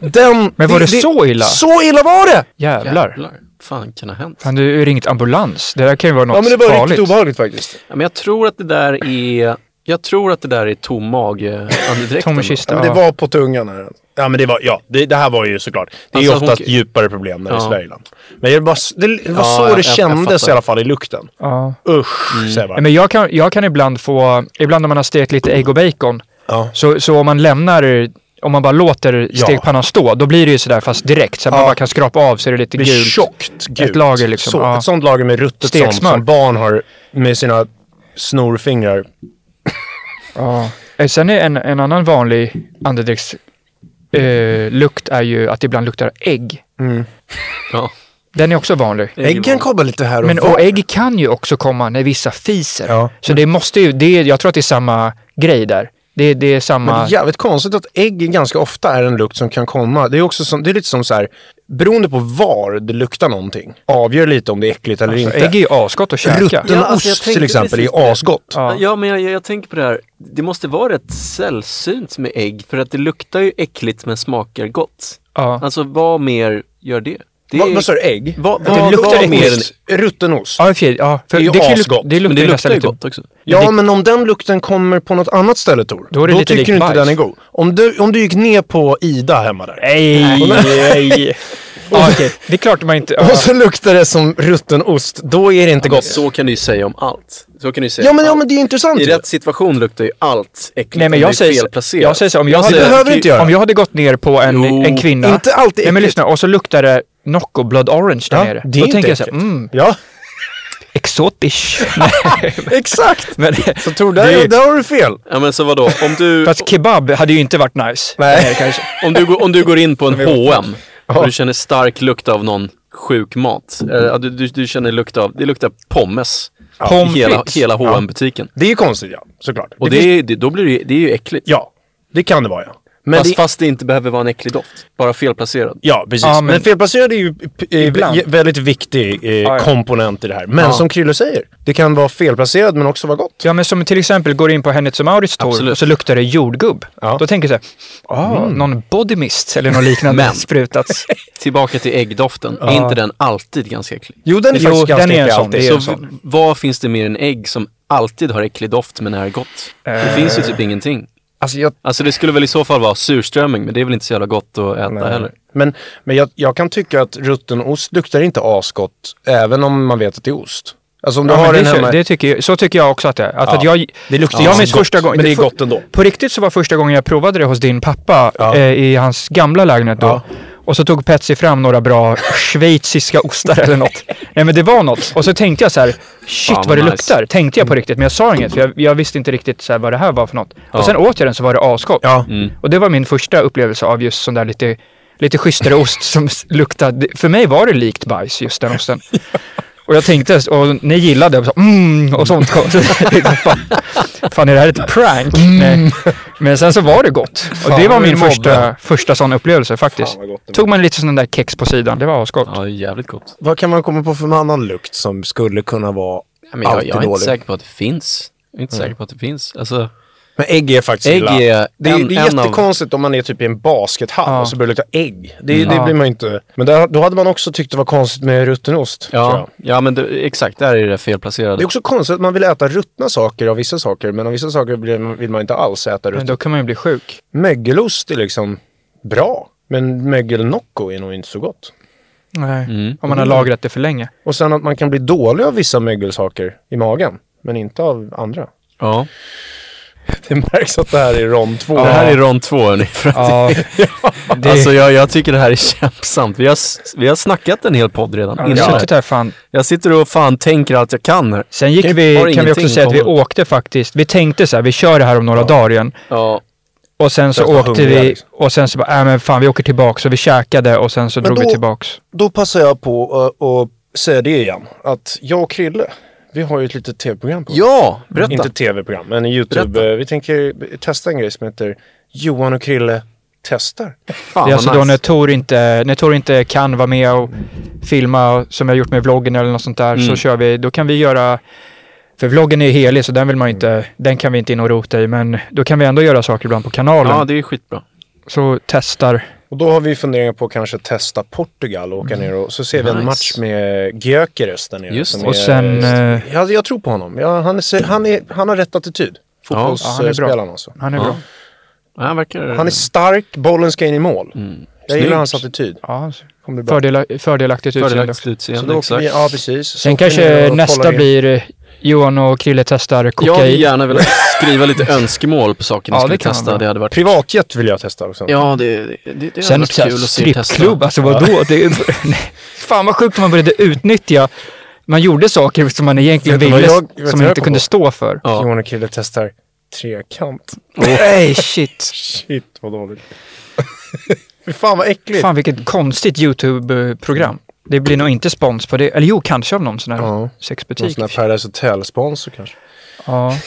[SPEAKER 1] Den,
[SPEAKER 2] Men var det så illa?
[SPEAKER 1] Så illa var det!
[SPEAKER 2] Jävlar.
[SPEAKER 4] Jävlar. Fan kan ha hänt?
[SPEAKER 2] Fan, du har ju ringt ambulans. Det där kan ju vara något
[SPEAKER 1] Ja men det var
[SPEAKER 2] farligt.
[SPEAKER 1] riktigt obehagligt faktiskt.
[SPEAKER 4] Ja, men jag tror att det där är... Jag tror att det där är tom mag-andedräkten.
[SPEAKER 2] Tom i kista.
[SPEAKER 1] Ja, men det var på tungan här. Ja men det var, ja det, det här var ju såklart. Det är ju
[SPEAKER 4] Alltså,
[SPEAKER 1] oftast
[SPEAKER 4] hon-
[SPEAKER 1] djupare problem när det är
[SPEAKER 4] Ja.
[SPEAKER 1] Sverigeland. Men det var, s- det, det var
[SPEAKER 4] Ja,
[SPEAKER 1] så
[SPEAKER 4] jag-
[SPEAKER 1] det
[SPEAKER 4] jag- jag
[SPEAKER 1] kändes
[SPEAKER 4] fattar.
[SPEAKER 1] i alla fall i lukten.
[SPEAKER 2] Ja. Mm.
[SPEAKER 1] Usch, säger
[SPEAKER 2] Ja,
[SPEAKER 1] jag bara.
[SPEAKER 2] Men jag kan, jag kan ibland få, ibland när man har stekt lite ägg och bacon,
[SPEAKER 1] Ja.
[SPEAKER 2] så, så om man lämnar, om man bara låter
[SPEAKER 1] Ja.
[SPEAKER 2] stekpannan stå, då blir det ju sådär fast direkt. Så att man bara kan skrapa av så är det lite
[SPEAKER 1] Det blir
[SPEAKER 2] gult.
[SPEAKER 1] tjockt gult.
[SPEAKER 2] Ett lager liksom.
[SPEAKER 1] Så,
[SPEAKER 2] ja.
[SPEAKER 1] Ett sånt lager med ruttet sånt
[SPEAKER 2] Steksmör.
[SPEAKER 1] som barn har med sina snorfingrar.
[SPEAKER 2] Ja. Eh, Sen är en, en annan vanlig andedräktslukt eh, lukt är ju att det ibland luktar ägg.
[SPEAKER 4] Ja.
[SPEAKER 2] Den är också vanlig.
[SPEAKER 1] Äggen kommer lite här och
[SPEAKER 2] Men
[SPEAKER 1] var.
[SPEAKER 2] och ägg kan ju också komma när vissa fiser.
[SPEAKER 1] Ja.
[SPEAKER 2] Så det måste ju, det, är- jag tror att det är samma grej där. Det, det är
[SPEAKER 1] Men det
[SPEAKER 2] samma...
[SPEAKER 1] är jävligt konstigt att ägg ganska ofta är en lukt som kan komma. Det är också som, det är lite som så här, beroende på var det luktar någonting, avgör lite om det är äckligt eller
[SPEAKER 2] alltså,
[SPEAKER 1] inte.
[SPEAKER 2] ägg är ju asgott att käka.
[SPEAKER 1] Rutten
[SPEAKER 4] Ja, alltså, jag
[SPEAKER 1] ost till
[SPEAKER 4] tänkte
[SPEAKER 1] exempel är ju
[SPEAKER 4] precis det.
[SPEAKER 1] asgott.
[SPEAKER 2] Ja.
[SPEAKER 4] Ja, men jag, jag, jag tänker på det här. Det måste vara rätt sällsynt med ägg för att det luktar ju äckligt men smakar gott.
[SPEAKER 2] Ja.
[SPEAKER 4] Alltså vad mer gör det? det
[SPEAKER 1] Vad vad sa du, ägg?
[SPEAKER 4] Vad-
[SPEAKER 1] Att det
[SPEAKER 4] vad-
[SPEAKER 1] luktar
[SPEAKER 4] vad
[SPEAKER 1] äckligt.
[SPEAKER 4] mer än-
[SPEAKER 1] Rutten ost.
[SPEAKER 2] Ja, i och för sig, ja. För
[SPEAKER 1] Det är ju
[SPEAKER 2] kan ju luk-
[SPEAKER 1] asgott,
[SPEAKER 2] Det
[SPEAKER 4] men
[SPEAKER 2] luktar
[SPEAKER 4] det
[SPEAKER 2] ju
[SPEAKER 4] luktar
[SPEAKER 2] nästan
[SPEAKER 4] ju
[SPEAKER 2] lite...
[SPEAKER 4] gott också.
[SPEAKER 1] Ja, men om den lukten kommer på något annat ställe Tor,
[SPEAKER 2] Då är det lite
[SPEAKER 1] tycker
[SPEAKER 2] likt
[SPEAKER 1] du inte
[SPEAKER 2] bajs.
[SPEAKER 1] den är god. Om du, om du gick ner på Ida hemma där. <laughs>
[SPEAKER 2] Nej, nej. ja, okej. Det är klart man inte... Ja.
[SPEAKER 1] Och så luktar det som rutten ost, då är det inte gott.
[SPEAKER 4] Så kan du ju säga om allt. Så kan du ju säga
[SPEAKER 1] Ja
[SPEAKER 4] om
[SPEAKER 1] men, ja,
[SPEAKER 4] allt.
[SPEAKER 1] men det är intressant
[SPEAKER 4] I
[SPEAKER 1] ju.
[SPEAKER 4] rätt situation luktar ju allt äckligt
[SPEAKER 2] typ. Nej, men
[SPEAKER 4] om det är
[SPEAKER 2] jag säger,
[SPEAKER 4] felplacerat.
[SPEAKER 2] jag säger så, om jag,
[SPEAKER 1] Det
[SPEAKER 2] hade,
[SPEAKER 1] behöver du inte göra.
[SPEAKER 2] om jag hade gått ner på en,
[SPEAKER 4] Jo,
[SPEAKER 2] en kvinna.
[SPEAKER 1] inte alltid
[SPEAKER 2] Nej, men
[SPEAKER 1] äckligt.
[SPEAKER 2] lyssna, och så luktar det Nocco Blood Orange där
[SPEAKER 1] Ja,
[SPEAKER 2] nere.
[SPEAKER 1] det är
[SPEAKER 2] Då
[SPEAKER 1] inte
[SPEAKER 2] tänker jag så här,
[SPEAKER 1] äckligt.
[SPEAKER 2] mm,
[SPEAKER 1] Ja,
[SPEAKER 2] exotisch.
[SPEAKER 1] <laughs> exakt.
[SPEAKER 2] men,
[SPEAKER 1] Så Tor, där,
[SPEAKER 2] Det är-
[SPEAKER 1] där har du
[SPEAKER 2] <laughs>
[SPEAKER 1] fel.
[SPEAKER 4] Ja men så vadå, om du,
[SPEAKER 2] fast kebab hade ju inte varit nice.
[SPEAKER 1] Nej.
[SPEAKER 2] Där nere kanske.
[SPEAKER 4] om du, går- om du går in på en
[SPEAKER 2] <laughs>
[SPEAKER 4] H&M och du känner stark lukt av någon sjuk mat. Eh, ja, du, du, du känner lukt av, det luktar pommes.
[SPEAKER 2] Pommes
[SPEAKER 4] I hela,
[SPEAKER 2] frites.
[SPEAKER 4] hela hm butiken
[SPEAKER 1] Det är ju konstigt ja, såklart.
[SPEAKER 4] Och det,
[SPEAKER 1] finns-
[SPEAKER 4] är, det, då blir det, det är ju äckligt.
[SPEAKER 1] Ja, det kan det vara ja. Men
[SPEAKER 4] fast,
[SPEAKER 1] det,
[SPEAKER 4] fast det inte behöver vara en äcklig doft. Bara felplacerad.
[SPEAKER 1] Ja, precis.
[SPEAKER 2] Ja,
[SPEAKER 1] men
[SPEAKER 2] men-
[SPEAKER 1] felplacerad är ju eh,
[SPEAKER 2] Ibland.
[SPEAKER 1] j- väldigt viktig eh,
[SPEAKER 2] ja.
[SPEAKER 1] komponent i det här. Men som Krille säger, det kan vara felplacerad men också vara gott.
[SPEAKER 2] Ja, men som till exempel går in på Hennes och Mauritz torg
[SPEAKER 4] Absolut.
[SPEAKER 2] och så luktar det jordgubb.
[SPEAKER 1] Ja. Mm.
[SPEAKER 2] Då tänker jag så här, ah, någon body mist eller
[SPEAKER 1] <laughs>
[SPEAKER 2] något liknande
[SPEAKER 4] Men.
[SPEAKER 2] sprutats.
[SPEAKER 4] <laughs> Tillbaka till äggdoften. Är inte den alltid ganska äcklig?
[SPEAKER 1] Jo, den är
[SPEAKER 2] Jo,
[SPEAKER 1] faktiskt
[SPEAKER 2] den
[SPEAKER 1] ganska
[SPEAKER 2] är en
[SPEAKER 1] äcklig
[SPEAKER 2] sån.
[SPEAKER 1] alltid.
[SPEAKER 2] Det är
[SPEAKER 4] Så
[SPEAKER 2] en sån.
[SPEAKER 4] v- vad finns det mer än ägg som alltid har äcklig doft men är gott? Det finns ju
[SPEAKER 2] Eh,
[SPEAKER 4] typ ingenting.
[SPEAKER 1] Alltså, jag,
[SPEAKER 4] Alltså det skulle väl i så fall vara surströmming, men det är väl inte så jävla gott att äta heller.
[SPEAKER 1] men men jag, jag kan tycka att ruttenost luktar inte asgott, även om man vet att det är ost. Alltså om du
[SPEAKER 2] Ja,
[SPEAKER 1] har
[SPEAKER 2] men
[SPEAKER 1] den
[SPEAKER 2] det,
[SPEAKER 1] hemma...
[SPEAKER 2] det tycker jag, så tycker jag också att det är. Att,
[SPEAKER 1] Ja.
[SPEAKER 2] att jag,
[SPEAKER 1] Det luktar ju
[SPEAKER 2] jag
[SPEAKER 1] inte
[SPEAKER 2] minns
[SPEAKER 1] gott,
[SPEAKER 2] första gången,
[SPEAKER 1] men det är
[SPEAKER 2] fu-
[SPEAKER 1] gott ändå.
[SPEAKER 2] På riktigt så var första gången jag provade det hos din pappa
[SPEAKER 1] Ja.
[SPEAKER 2] eh, i hans gamla lägenhet då.
[SPEAKER 1] Ja.
[SPEAKER 2] Och så tog Patsy fram några bra schweiziska ostar eller något. Nej men det var något. Och så tänkte jag så här, shit
[SPEAKER 4] Fan, vad
[SPEAKER 2] vad det
[SPEAKER 4] nice.
[SPEAKER 2] luktar. Tänkte
[SPEAKER 1] Mm.
[SPEAKER 2] jag på riktigt, men jag sa inget för jag, jag visste inte riktigt så här vad det här var för något.
[SPEAKER 4] Ja.
[SPEAKER 2] Och sen åt jag den så var det asgott.
[SPEAKER 1] Ja.
[SPEAKER 2] Och det var min första upplevelse av just sån där lite, lite schysstare ost som s- luktade. För mig var det likt bajs, just den osten.
[SPEAKER 1] <laughs>
[SPEAKER 2] Och jag tänkte, och ni gillade, och, så, mm, och sånt kom. Så jag tänkte, fan, fan, är det här ett prank? Nej. Men sen så var det gott. Och
[SPEAKER 1] vad
[SPEAKER 2] det var
[SPEAKER 1] vi
[SPEAKER 2] min
[SPEAKER 1] mobbar.
[SPEAKER 2] första, första sån upplevelse faktiskt.
[SPEAKER 1] Fan, vad gott det var.
[SPEAKER 2] Tog man lite sån där kex på sidan, det var asgott.
[SPEAKER 4] Ja, jävligt gott.
[SPEAKER 1] Vad kan man komma på för en annan lukt som skulle kunna vara
[SPEAKER 4] Ja, men jag,
[SPEAKER 1] alltid
[SPEAKER 4] jag är inte
[SPEAKER 1] dålig?
[SPEAKER 4] säker på att det finns. Jag är
[SPEAKER 2] Mm.
[SPEAKER 4] inte säker på att det finns. Alltså,
[SPEAKER 1] Men ägg är faktiskt
[SPEAKER 4] Ägg
[SPEAKER 1] illa.
[SPEAKER 4] är
[SPEAKER 1] det, är-
[SPEAKER 4] en-
[SPEAKER 1] det är
[SPEAKER 4] en av-
[SPEAKER 1] jättekonstigt om man är typ i en baskethall
[SPEAKER 2] Ja.
[SPEAKER 1] och så börjar det lukta ägg. Det, det
[SPEAKER 2] Ja.
[SPEAKER 1] blir man inte... Men där, då hade man också tyckt det var konstigt med ruttenost. tror jag.
[SPEAKER 4] ja, ja, men det, exakt, där är det
[SPEAKER 1] Det
[SPEAKER 4] felplacerade.
[SPEAKER 1] är också konstigt att man vill äta ruttna saker av vissa saker, men av vissa saker vill man- vill man inte alls äta
[SPEAKER 2] Men
[SPEAKER 1] ruttet.
[SPEAKER 2] då kan man ju bli sjuk.
[SPEAKER 1] Mögelost är liksom bra, men mögelnocco är nog inte så gott.
[SPEAKER 2] Nej.
[SPEAKER 4] Mm.
[SPEAKER 2] Om man har lagrat det för länge.
[SPEAKER 1] Och sen att man kan bli dålig av vissa mögelsaker i magen, men inte av andra.
[SPEAKER 4] Ja.
[SPEAKER 1] Det märks att det här är rond två.
[SPEAKER 4] Det här är rond två, hörni. För att
[SPEAKER 2] <laughs> Ja,
[SPEAKER 4] det... Alltså, jag, jag tycker det här är <laughs> kämpsamt. Vi har, s- vi har snackat en hel podd redan.
[SPEAKER 2] ja.
[SPEAKER 4] innan.
[SPEAKER 2] det här fan
[SPEAKER 4] Jag sitter och fan tänker allt jag kan här.
[SPEAKER 2] Sen gick
[SPEAKER 4] Kan-
[SPEAKER 2] vi,
[SPEAKER 4] har
[SPEAKER 2] kan vi
[SPEAKER 4] ingenting
[SPEAKER 2] också säga att vi
[SPEAKER 4] kommer.
[SPEAKER 2] åkte faktiskt, vi tänkte så här, vi kör det här om några dagar igen.
[SPEAKER 4] Ja,
[SPEAKER 2] Och sen så
[SPEAKER 1] Fast var
[SPEAKER 2] åkte
[SPEAKER 1] hungriga,
[SPEAKER 2] vi,
[SPEAKER 1] liksom.
[SPEAKER 2] och sen så bara, äh, men fan vi åker tillbaks. Så vi käkade och sen så drog
[SPEAKER 1] då-
[SPEAKER 2] vi tillbaks.
[SPEAKER 1] Då passar jag på att att säga det igen, att jag och Krille, vi har ju ett litet tv-program på
[SPEAKER 4] ja berätta.
[SPEAKER 1] Inte tv-program, men YouTube.
[SPEAKER 4] Berätta.
[SPEAKER 1] Eh, Vi tänker testa en grej som heter Johan och Krille testar.
[SPEAKER 4] Fan,
[SPEAKER 2] det är
[SPEAKER 4] vad
[SPEAKER 2] alltså då när Tor, inte, när Tor inte kan vara med och filma, och- som jag gjort med vloggen eller något sånt där, så
[SPEAKER 4] Mm.
[SPEAKER 2] kör vi, då kan vi göra för vloggen är helig så den vill man inte, den kan vi inte in och rota i men då kan vi ändå göra saker ibland på kanalen.
[SPEAKER 4] Ja, det är skitbra.
[SPEAKER 2] Så testar.
[SPEAKER 1] Och då har vi funderingar på att kanske testa Portugal och
[SPEAKER 2] Mm.
[SPEAKER 1] åka ner och så ser vi en
[SPEAKER 4] Nice.
[SPEAKER 1] match med Gyökeres där nere.
[SPEAKER 4] Just det.
[SPEAKER 1] är,
[SPEAKER 2] Och sen, eh,
[SPEAKER 1] jag, jag tror på honom. Ja, han, är, han, är, han har rätt attityd.
[SPEAKER 2] Ja, han är bra.
[SPEAKER 1] Fotbollsspelaren alltså.
[SPEAKER 2] Han är bra.
[SPEAKER 4] Ja, han verkar...
[SPEAKER 1] Han är stark, bollen ska in i mål. Jag gillar
[SPEAKER 4] Snyggt.
[SPEAKER 1] hans attityd.
[SPEAKER 2] Mm. Ja,
[SPEAKER 1] Kommer bli bra.
[SPEAKER 2] fördela, fördelaktigt utseende.
[SPEAKER 4] fördelaktigt
[SPEAKER 2] också.
[SPEAKER 1] Så då åker
[SPEAKER 4] utseende, exakt.
[SPEAKER 1] vi, ja precis. Så
[SPEAKER 2] Sen
[SPEAKER 1] åker vi ner
[SPEAKER 2] kanske
[SPEAKER 1] och
[SPEAKER 2] nästa
[SPEAKER 1] kollar in.
[SPEAKER 2] blir eh, Johan och Krille testar
[SPEAKER 4] Jag hade
[SPEAKER 2] kokain.
[SPEAKER 4] gärna velat skriva lite önskemål på saker ni
[SPEAKER 2] Ja, det
[SPEAKER 4] skulle
[SPEAKER 2] kan man
[SPEAKER 4] testa.
[SPEAKER 2] bra.
[SPEAKER 4] Det hade varit...
[SPEAKER 1] Privatjet vill jag testa också.
[SPEAKER 4] Ja, det, det, det hade
[SPEAKER 2] Sen
[SPEAKER 4] varit
[SPEAKER 2] så
[SPEAKER 4] kul
[SPEAKER 2] här
[SPEAKER 4] att se er testa.
[SPEAKER 2] strippklubb, alltså vadå? Det är, <laughs> nej. Fan vad sjukt om man började utnyttja, man gjorde saker som man egentligen
[SPEAKER 1] Vet du vad
[SPEAKER 2] ville,
[SPEAKER 1] jag- vet du vad
[SPEAKER 2] som man
[SPEAKER 1] jag
[SPEAKER 2] inte
[SPEAKER 1] kom
[SPEAKER 2] kunde
[SPEAKER 1] på?
[SPEAKER 2] stå för.
[SPEAKER 4] Ja.
[SPEAKER 1] Johan och Krille testar trekant.
[SPEAKER 2] Nej,
[SPEAKER 1] <laughs>
[SPEAKER 2] shit.
[SPEAKER 1] Shit vad dåligt. Fy fan vad äckligt.
[SPEAKER 2] Fan vilket konstigt YouTube-program. Det blir nog inte spons på det. Eller jo, kanske av någon sån här
[SPEAKER 1] Ja.
[SPEAKER 2] sexbutik.
[SPEAKER 1] Någon sån här Paradise Hotel-sponsor kanske.
[SPEAKER 2] Ja.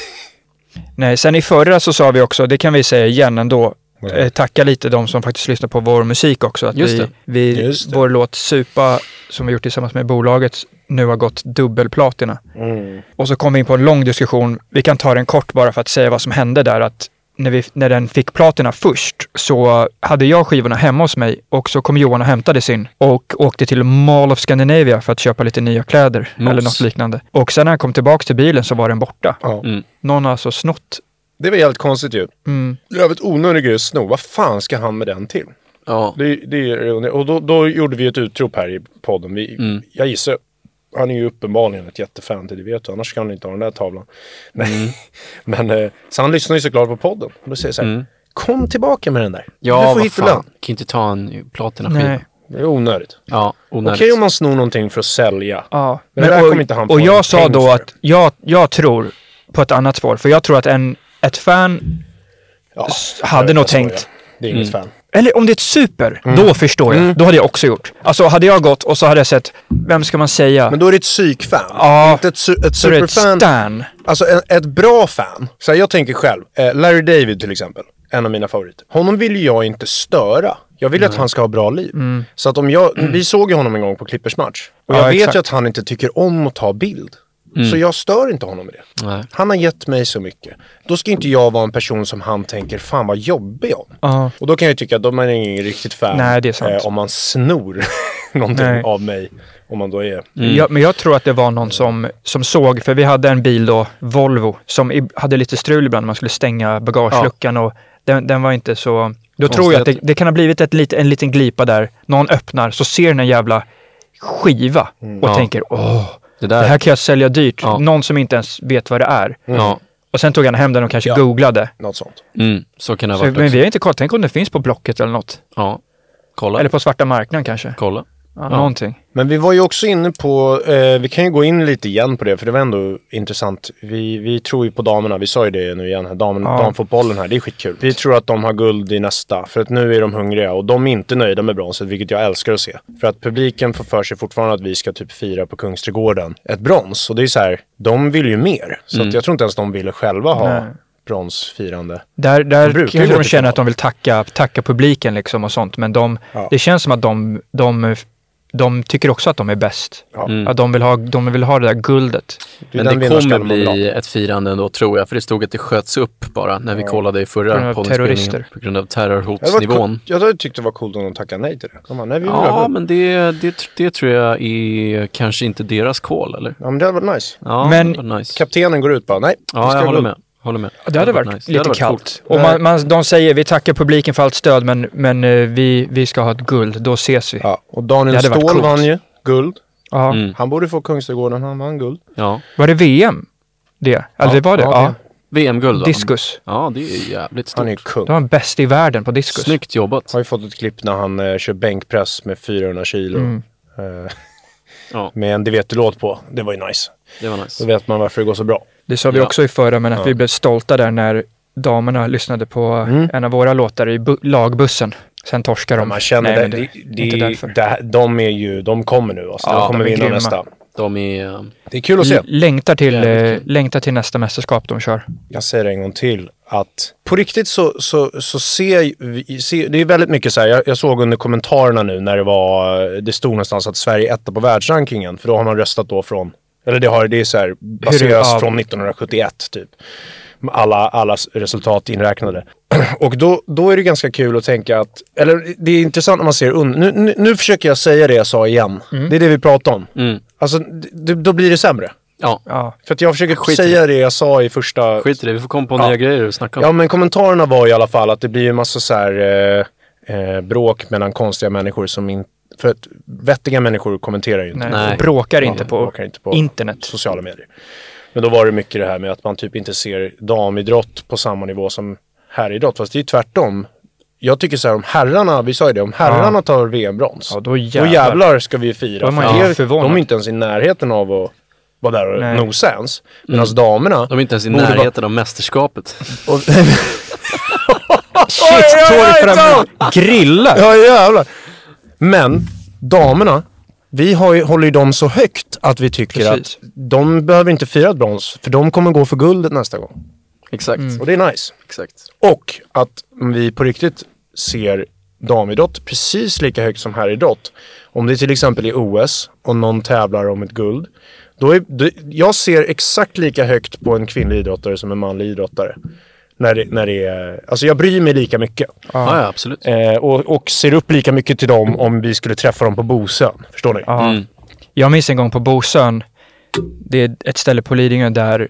[SPEAKER 2] Nej, sen i förra så sa vi också, det kan vi säga igen ändå, eh, tacka lite de som faktiskt lyssnar på vår musik också. Att
[SPEAKER 4] Just
[SPEAKER 2] vi,
[SPEAKER 4] det.
[SPEAKER 2] vi,
[SPEAKER 1] Just det.
[SPEAKER 2] Vår låt Supa, som vi gjort tillsammans med bolaget, nu har gått dubbelplatina.
[SPEAKER 1] Mm.
[SPEAKER 2] Och så kom vi in på en lång diskussion, vi kan ta den kort bara för att säga vad som hände där. Att när, vi, när den fick platina först så hade jag skivorna hemma hos mig och så kom Johan och hämtade sin och åkte till Mall of Scandinavia för att köpa lite nya kläder
[SPEAKER 4] Mos.
[SPEAKER 2] eller något liknande. Och sen när han kom tillbaka till bilen så var den borta.
[SPEAKER 1] Ja.
[SPEAKER 4] Mm.
[SPEAKER 2] Någon har alltså snott
[SPEAKER 1] Det var jävligt konstigt ju.
[SPEAKER 2] Mm.
[SPEAKER 1] Jävligt onödig grej att sno. Vad fan ska han med den till?
[SPEAKER 4] Ja.
[SPEAKER 1] Det, det är det onödiga. Och då, då gjorde vi ett utrop här i podden. Vi,
[SPEAKER 2] Mm.
[SPEAKER 1] Jag gissar. Han är ju uppenbarligen ett jättefan till det vet du. Annars kan han inte ha den där tavlan. Nej.
[SPEAKER 2] Mm.
[SPEAKER 1] <laughs> Men, eh, så han lyssnar ju såklart på podden. Och då säger jag så här.
[SPEAKER 2] Mm.
[SPEAKER 1] Kom tillbaka med den där.
[SPEAKER 4] Ja,
[SPEAKER 1] du får
[SPEAKER 4] vad
[SPEAKER 1] hitta
[SPEAKER 4] fan.
[SPEAKER 1] den.
[SPEAKER 4] Kan inte ta en platinaskiva.
[SPEAKER 2] Nej.
[SPEAKER 1] Det är onödigt.
[SPEAKER 4] Ja,
[SPEAKER 1] Okej
[SPEAKER 4] onödigt.
[SPEAKER 1] om man snor någonting för att sälja.
[SPEAKER 2] Ja.
[SPEAKER 1] Men det där
[SPEAKER 2] och,
[SPEAKER 1] kommer inte han få
[SPEAKER 2] och
[SPEAKER 1] en
[SPEAKER 2] jag sa
[SPEAKER 1] peng
[SPEAKER 2] då
[SPEAKER 1] för.
[SPEAKER 2] att jag, jag tror på ett annat spår. För jag tror att en, ett fan,
[SPEAKER 1] Ja,
[SPEAKER 2] hade
[SPEAKER 1] jag
[SPEAKER 2] nog
[SPEAKER 1] skojar.
[SPEAKER 2] tänkt. Mm.
[SPEAKER 1] Det är inget fan.
[SPEAKER 2] eller om det är ett super,
[SPEAKER 4] Mm.
[SPEAKER 2] då förstår jag. Då hade jag också gjort. Alltså hade jag gått och så hade jag sett, vem ska man säga?
[SPEAKER 1] Men då är det ett psykfan.
[SPEAKER 2] Ja.
[SPEAKER 1] Inte ett, su- ett
[SPEAKER 2] så är det ett
[SPEAKER 1] superfan.
[SPEAKER 2] Stan.
[SPEAKER 1] Alltså en, ett bra fan. Så här, jag tänker själv. Eh, Larry David till exempel. En av mina favoriter. Honom vill ju jag inte störa. Jag vill att han ska ha bra liv. Så att om jag, vi såg ju honom en gång på Clippers match. Och
[SPEAKER 2] Mm. Ja,
[SPEAKER 1] jag vet
[SPEAKER 2] exakt. Mm.
[SPEAKER 1] ju att han inte tycker om att ta bild. Så jag stör inte honom med det.
[SPEAKER 4] Nej.
[SPEAKER 1] Han har gett mig så mycket. Då ska inte jag vara en person som han tänker, fan vad jobbig om.
[SPEAKER 2] Ja.
[SPEAKER 1] Och då kan jag tycka att de är ingen riktigt fan eh,
[SPEAKER 2] Nej, det är sant.
[SPEAKER 1] om man snor <laughs> någonting
[SPEAKER 2] Nej. Mm.
[SPEAKER 1] av mig. Om man då är...
[SPEAKER 4] Mm.
[SPEAKER 2] Ja, men jag tror att det var någon som, som såg, för vi hade en bil då, Volvo, som i, hade lite strul ibland när man skulle stänga bagageluckan och den, den var inte så... Då tror jag att det, det kan ha blivit ett, lit- en liten glipa där. Någon öppnar, så ser den en jävla skiva och
[SPEAKER 4] Mm. Ja.
[SPEAKER 2] tänker åh,
[SPEAKER 4] Det
[SPEAKER 2] det
[SPEAKER 4] där.
[SPEAKER 2] här kan jag sälja dyrt.
[SPEAKER 4] Ja.
[SPEAKER 2] Någon som inte ens vet vad det är.
[SPEAKER 4] Ja.
[SPEAKER 2] Och sen tog han hem den och kanske
[SPEAKER 1] Ja.
[SPEAKER 2] googlade.
[SPEAKER 1] Något sånt.
[SPEAKER 4] Mm. Så kan det ha
[SPEAKER 2] Så,
[SPEAKER 4] varit
[SPEAKER 2] men
[SPEAKER 4] också.
[SPEAKER 2] vi har inte kollat. Tänk om det finns på Blocket eller något.
[SPEAKER 4] Ja. Kolla.
[SPEAKER 2] Eller på svarta marknaden kanske.
[SPEAKER 4] Kolla.
[SPEAKER 2] Ja, Någonting.
[SPEAKER 1] Men vi var ju också inne på, eh, vi kan ju gå in lite igen på det, för det var ändå intressant. Vi, vi tror ju på damerna, vi sa ju det nu igen, här, damen,
[SPEAKER 2] Ja.
[SPEAKER 1] damfotbollen här, det är skitkul. Vi tror att de har guld i nästa, för att nu är de hungriga och de är inte nöjda med bronset, vilket jag älskar att se. För att publiken får för sig fortfarande att vi ska typ fira på Kungsträdgården ett brons. Och det är så här, de vill ju mer. Så
[SPEAKER 4] Mm.
[SPEAKER 1] att jag tror inte ens de ville själva ha
[SPEAKER 2] Nej.
[SPEAKER 1] bronsfirande.
[SPEAKER 2] Där, där
[SPEAKER 1] De brukar ju
[SPEAKER 2] kanske
[SPEAKER 1] gå
[SPEAKER 2] de
[SPEAKER 1] till
[SPEAKER 2] känner
[SPEAKER 1] final.
[SPEAKER 2] att de vill tacka, tacka publiken liksom och sånt. Men de,
[SPEAKER 1] Ja.
[SPEAKER 2] det känns som att de, de, de tycker också att de är bäst.
[SPEAKER 1] Ja.
[SPEAKER 2] Att de vill, ha, de vill ha det där guldet.
[SPEAKER 1] Det är den
[SPEAKER 4] Men det
[SPEAKER 1] vinnarskallen
[SPEAKER 4] kommer
[SPEAKER 1] man vill ha.
[SPEAKER 4] bli ett firande ändå tror jag, för det stod att det sköts upp bara när vi kollade i
[SPEAKER 2] På grund av
[SPEAKER 4] förra
[SPEAKER 2] terrorister.
[SPEAKER 4] poddinspelningen. På grund av
[SPEAKER 1] Det hade varit
[SPEAKER 4] terrorhotsnivån.
[SPEAKER 1] coolt- Jag hade tyckt det var coolt om de tackade nej till det. De bara, nej, vi vill ha
[SPEAKER 4] Ja,
[SPEAKER 1] guld.
[SPEAKER 4] men det, det, det tror jag är kanske inte deras call, eller?
[SPEAKER 1] Ja, men det hade varit nice.
[SPEAKER 4] Ja,
[SPEAKER 2] Men-
[SPEAKER 4] det var nice.
[SPEAKER 1] Kaptenen går ut bara, nej. vi
[SPEAKER 4] Ja,
[SPEAKER 1] ska
[SPEAKER 4] jag
[SPEAKER 1] gå
[SPEAKER 4] håller
[SPEAKER 1] upp.
[SPEAKER 4] med. håller med.
[SPEAKER 2] Det hade
[SPEAKER 4] hade
[SPEAKER 2] varit
[SPEAKER 4] nice. Det
[SPEAKER 2] lite
[SPEAKER 4] hade varit
[SPEAKER 2] kallt.
[SPEAKER 4] coolt.
[SPEAKER 2] Och man, man, de säger vi tackar publiken för allt stöd men, men eh, vi, vi ska ha ett guld, då ses vi. Ja.
[SPEAKER 1] Ja, och
[SPEAKER 2] Det
[SPEAKER 1] Daniel
[SPEAKER 2] hade varit
[SPEAKER 1] Ståhl
[SPEAKER 2] coolt.
[SPEAKER 1] vann ju guld.
[SPEAKER 2] Mm.
[SPEAKER 1] Han borde få Kungsträdgården, han vann guld.
[SPEAKER 4] Ja.
[SPEAKER 2] Var det VM? Det? Eller det var det?
[SPEAKER 1] ja,
[SPEAKER 2] Ja.
[SPEAKER 4] VM-guld, va?
[SPEAKER 2] Diskus.
[SPEAKER 4] Ja, det är jävligt
[SPEAKER 1] Han är
[SPEAKER 4] stort.
[SPEAKER 1] ju kung.
[SPEAKER 2] De var bäst i världen på diskus.
[SPEAKER 4] Snyggt jobbat.
[SPEAKER 1] Har ju fått ett klipp när han eh, kör bänkpress med 400 kilo.
[SPEAKER 2] Mm. <laughs>
[SPEAKER 1] Eh,
[SPEAKER 4] Ja,
[SPEAKER 1] med en Det vet du-låt på. Det var ju nice.
[SPEAKER 4] det var
[SPEAKER 1] Då
[SPEAKER 4] nice.
[SPEAKER 1] vet man varför det går så bra.
[SPEAKER 2] Det sa vi
[SPEAKER 4] Ja.
[SPEAKER 2] också i förra, men att vi blev stolta där när damerna lyssnade på en av våra låtar i bu- lagbussen. Sen torskar de.
[SPEAKER 1] Man känner
[SPEAKER 2] Nej, men
[SPEAKER 1] det, det,
[SPEAKER 2] det, inte därför.
[SPEAKER 1] det, här- de är ju, de kommer nu alltså.
[SPEAKER 4] Ja,
[SPEAKER 1] de kommer
[SPEAKER 2] de är
[SPEAKER 1] vinna
[SPEAKER 2] grymma.
[SPEAKER 1] nästa.
[SPEAKER 4] De är... eh,
[SPEAKER 1] Det är kul att se.
[SPEAKER 2] L- Längtar till,
[SPEAKER 4] Jävligt
[SPEAKER 2] eh, längtar till nästa mästerskap de kör.
[SPEAKER 1] jag säger det en gång till, att på riktigt så, så, så ser vi, ser, det är väldigt mycket så här, jag, jag såg under kommentarerna nu när det var, det stod någonstans att Sverige är etta på världsrankingen, för då har man röstat då från, eller det, har, det är så här, baseras
[SPEAKER 2] ja.
[SPEAKER 1] från 1971 typ. Alla, alla s- resultat inräknade. <clears throat> Och då, då är det ganska kul att tänka att, eller det är intressant när man ser, un, nu, nu, nu försöker jag säga det jag sa igen, det är det vi pratar om.
[SPEAKER 4] Mm.
[SPEAKER 1] Alltså, d- då blir det sämre.
[SPEAKER 4] Ja,
[SPEAKER 2] Ja.
[SPEAKER 1] För att jag försöker
[SPEAKER 4] Skit i
[SPEAKER 1] säga det jag sa i första
[SPEAKER 4] skit i det. Vi får komma på
[SPEAKER 1] Ja.
[SPEAKER 4] nya grejer att snacka om.
[SPEAKER 1] Ja, men kommentarerna var i alla fall att det blir ju massa så här eh, eh, bråk mellan konstiga människor som inte... För att vettiga människor kommenterar ju inte.
[SPEAKER 2] Nej.
[SPEAKER 4] Nej.
[SPEAKER 2] och Bråkar, inte
[SPEAKER 1] Ja,
[SPEAKER 2] på
[SPEAKER 1] bråkar inte på
[SPEAKER 2] internet.
[SPEAKER 1] Sociala medier. Men då var det mycket det här med att man typ inte ser damidrott på samma nivå som herridrott. Fast det är ju tvärtom. Jag tycker så här om herrarna, vi sa ju det, om herrarna tar VM-brons.
[SPEAKER 2] Ja, då
[SPEAKER 1] Då
[SPEAKER 2] jävlar.
[SPEAKER 1] jävlar ska vi ju fira.
[SPEAKER 2] Då är man
[SPEAKER 1] för
[SPEAKER 2] ju
[SPEAKER 1] det är-
[SPEAKER 2] förvånad.
[SPEAKER 1] De är inte ens i närheten av att vara där och
[SPEAKER 2] Nej. Mm.
[SPEAKER 1] nosa ens. Medan damerna...
[SPEAKER 4] De är inte ens i
[SPEAKER 1] borde vara-
[SPEAKER 4] närheten av mästerskapet. <laughs>
[SPEAKER 2] Shit, tår fram Grilla!
[SPEAKER 1] Ja jävlar. Men damerna, vi har ju, håller ju dem så högt att vi tycker
[SPEAKER 2] Precis.
[SPEAKER 1] att de behöver inte fira ett brons, för de kommer gå för guldet nästa gång.
[SPEAKER 4] Exakt.
[SPEAKER 1] Och det är nice.
[SPEAKER 4] Exakt.
[SPEAKER 1] Och att vi på riktigt ser damidrott precis lika högt som herridrott. Om det till exempel är OS och någon tävlar om ett guld. Då är, då, jag ser exakt lika högt på en kvinnlig idrottare som en manlig idrottare. När det, när det är, alltså jag bryr mig lika mycket.
[SPEAKER 4] Ja, ja absolut.
[SPEAKER 1] Eh, och, och ser upp lika mycket till dem om vi skulle träffa dem på Bosön. Förstår ni?
[SPEAKER 2] Ja. Jag minns en gång på Bosön, det är ett ställe på Lidingö där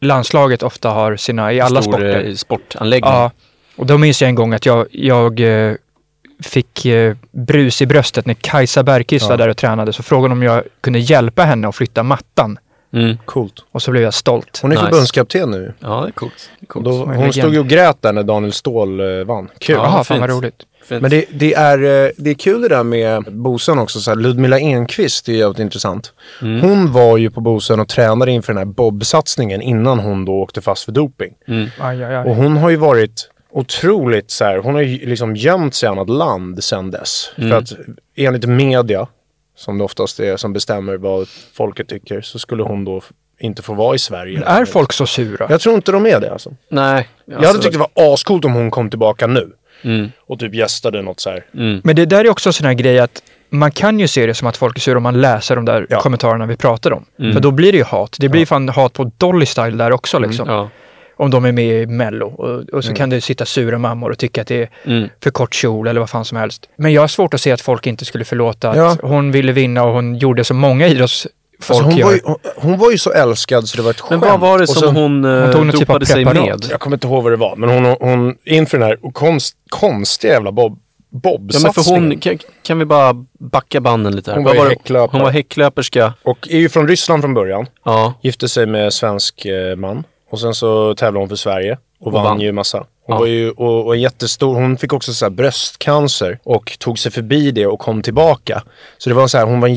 [SPEAKER 2] landslaget ofta har sina, i alla
[SPEAKER 4] Stor,
[SPEAKER 2] sporter.
[SPEAKER 4] eh, sportanläggning.
[SPEAKER 2] Ja, och då minns jag en gång att jag, jag eh, fick eh, brus i bröstet när Kajsa Bergqvist var där och tränade. Så frågade om jag kunde hjälpa henne att flytta mattan.
[SPEAKER 4] Mm.
[SPEAKER 1] Coolt.
[SPEAKER 2] Och så blev jag stolt.
[SPEAKER 1] Hon är
[SPEAKER 4] Nice.
[SPEAKER 1] förbundskapten nu.
[SPEAKER 4] Ja, det är coolt. Det är coolt.
[SPEAKER 1] Då,
[SPEAKER 2] en
[SPEAKER 1] hon
[SPEAKER 2] legend.
[SPEAKER 1] stod ju och grät där när Daniel Ståhl eh, vann. Kul.
[SPEAKER 2] Jaha, fan vad
[SPEAKER 4] fint.
[SPEAKER 2] roligt.
[SPEAKER 4] Fint.
[SPEAKER 1] Men det, det, är, eh, det är kul det där med Bosön också. Så här, Ludmilla Enqvist är jävligt intressant. Hon var ju på Bosön och tränade inför den här bobsatsningen innan hon då åkte fast för doping.
[SPEAKER 2] Aj, aj,
[SPEAKER 1] Och
[SPEAKER 2] aj.
[SPEAKER 1] hon har ju varit otroligt så här, hon har ju liksom gömt sig i annat land sedan dess.
[SPEAKER 4] Mm.
[SPEAKER 1] För att enligt media, som det oftast är som bestämmer vad folket tycker, så skulle hon då f- inte få vara i Sverige.
[SPEAKER 2] Är folk så sura?
[SPEAKER 1] Jag tror inte de är det alltså.
[SPEAKER 4] Nej. Alltså,
[SPEAKER 1] Jag hade tyckt det var ascoolt om hon kom tillbaka nu.
[SPEAKER 4] Mm.
[SPEAKER 1] Och typ gästade något så här.
[SPEAKER 2] Men det där är också en sån här grej att man kan ju se det som att folk är sura om man läser de där
[SPEAKER 1] Ja.
[SPEAKER 2] kommentarerna vi pratar om. För då blir det ju hat. Det blir fan hat på Dolly Style där också liksom.
[SPEAKER 4] Ja.
[SPEAKER 2] Om de är med i Mello. Och, och så
[SPEAKER 4] Mm.
[SPEAKER 2] kan det sitta sura mammor och tycka att det är för kort kjol eller vad fan som helst. Men jag har svårt att se att folk inte skulle förlåta att
[SPEAKER 1] Ja.
[SPEAKER 2] hon ville vinna och hon gjorde som många idrottsfolk
[SPEAKER 1] Alltså hon,
[SPEAKER 2] gör.
[SPEAKER 1] var ju, hon, hon var ju så älskad så det var ett
[SPEAKER 4] Men
[SPEAKER 1] skämt.
[SPEAKER 4] vad var det
[SPEAKER 1] Och
[SPEAKER 4] som
[SPEAKER 1] så-
[SPEAKER 4] hon, eh,
[SPEAKER 2] hon tog någon typ av
[SPEAKER 4] dopade sig
[SPEAKER 2] preparat.
[SPEAKER 4] med?
[SPEAKER 1] Jag kommer inte ihåg vad det var, men hon, hon inför den här konst, konstiga jävla bob,
[SPEAKER 4] Ja, men för
[SPEAKER 1] bobsatsningen.
[SPEAKER 4] hon, kan, kan vi bara backa banden lite här?
[SPEAKER 1] Hon
[SPEAKER 4] Vad
[SPEAKER 1] var ju
[SPEAKER 4] det-
[SPEAKER 1] häcklöpare.
[SPEAKER 4] Hon var häcklöperska.
[SPEAKER 1] Och är ju från Ryssland från början.
[SPEAKER 4] Ja.
[SPEAKER 1] Gifte sig med svensk eh, man. Och sen så tävlade hon för Sverige och, vann,
[SPEAKER 4] vann.
[SPEAKER 1] ju massa. Hon
[SPEAKER 4] Ja.
[SPEAKER 1] var ju och, och en jättestor, hon fick också så här bröstcancer och tog sig förbi det och kom tillbaka. Så det var så här, hon var en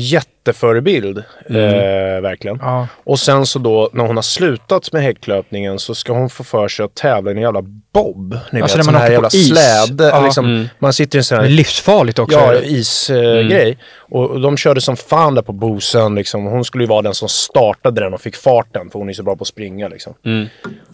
[SPEAKER 1] jätteförebild, eh, verkligen.
[SPEAKER 2] Mm. Ja.
[SPEAKER 1] Och sen så då när hon har slutat med häcklöpningen så ska hon få för sig att tävla i en jävla bob. Ni
[SPEAKER 2] Alltså
[SPEAKER 1] vet,
[SPEAKER 2] när
[SPEAKER 1] sån här
[SPEAKER 2] man åker
[SPEAKER 1] jävla
[SPEAKER 2] på is.
[SPEAKER 1] släde.
[SPEAKER 2] Ja. Mm.
[SPEAKER 1] Liksom, Man sitter i en sån
[SPEAKER 2] Det är
[SPEAKER 1] här
[SPEAKER 2] livsfarligt också.
[SPEAKER 1] Ja, isgrej. Eh,
[SPEAKER 4] Mm.
[SPEAKER 1] grej. och, och de körde som fan där på Bosön. Liksom. Hon skulle ju vara den som startade den och fick farten, för hon är så bra på att springa. Liksom.
[SPEAKER 4] Mm.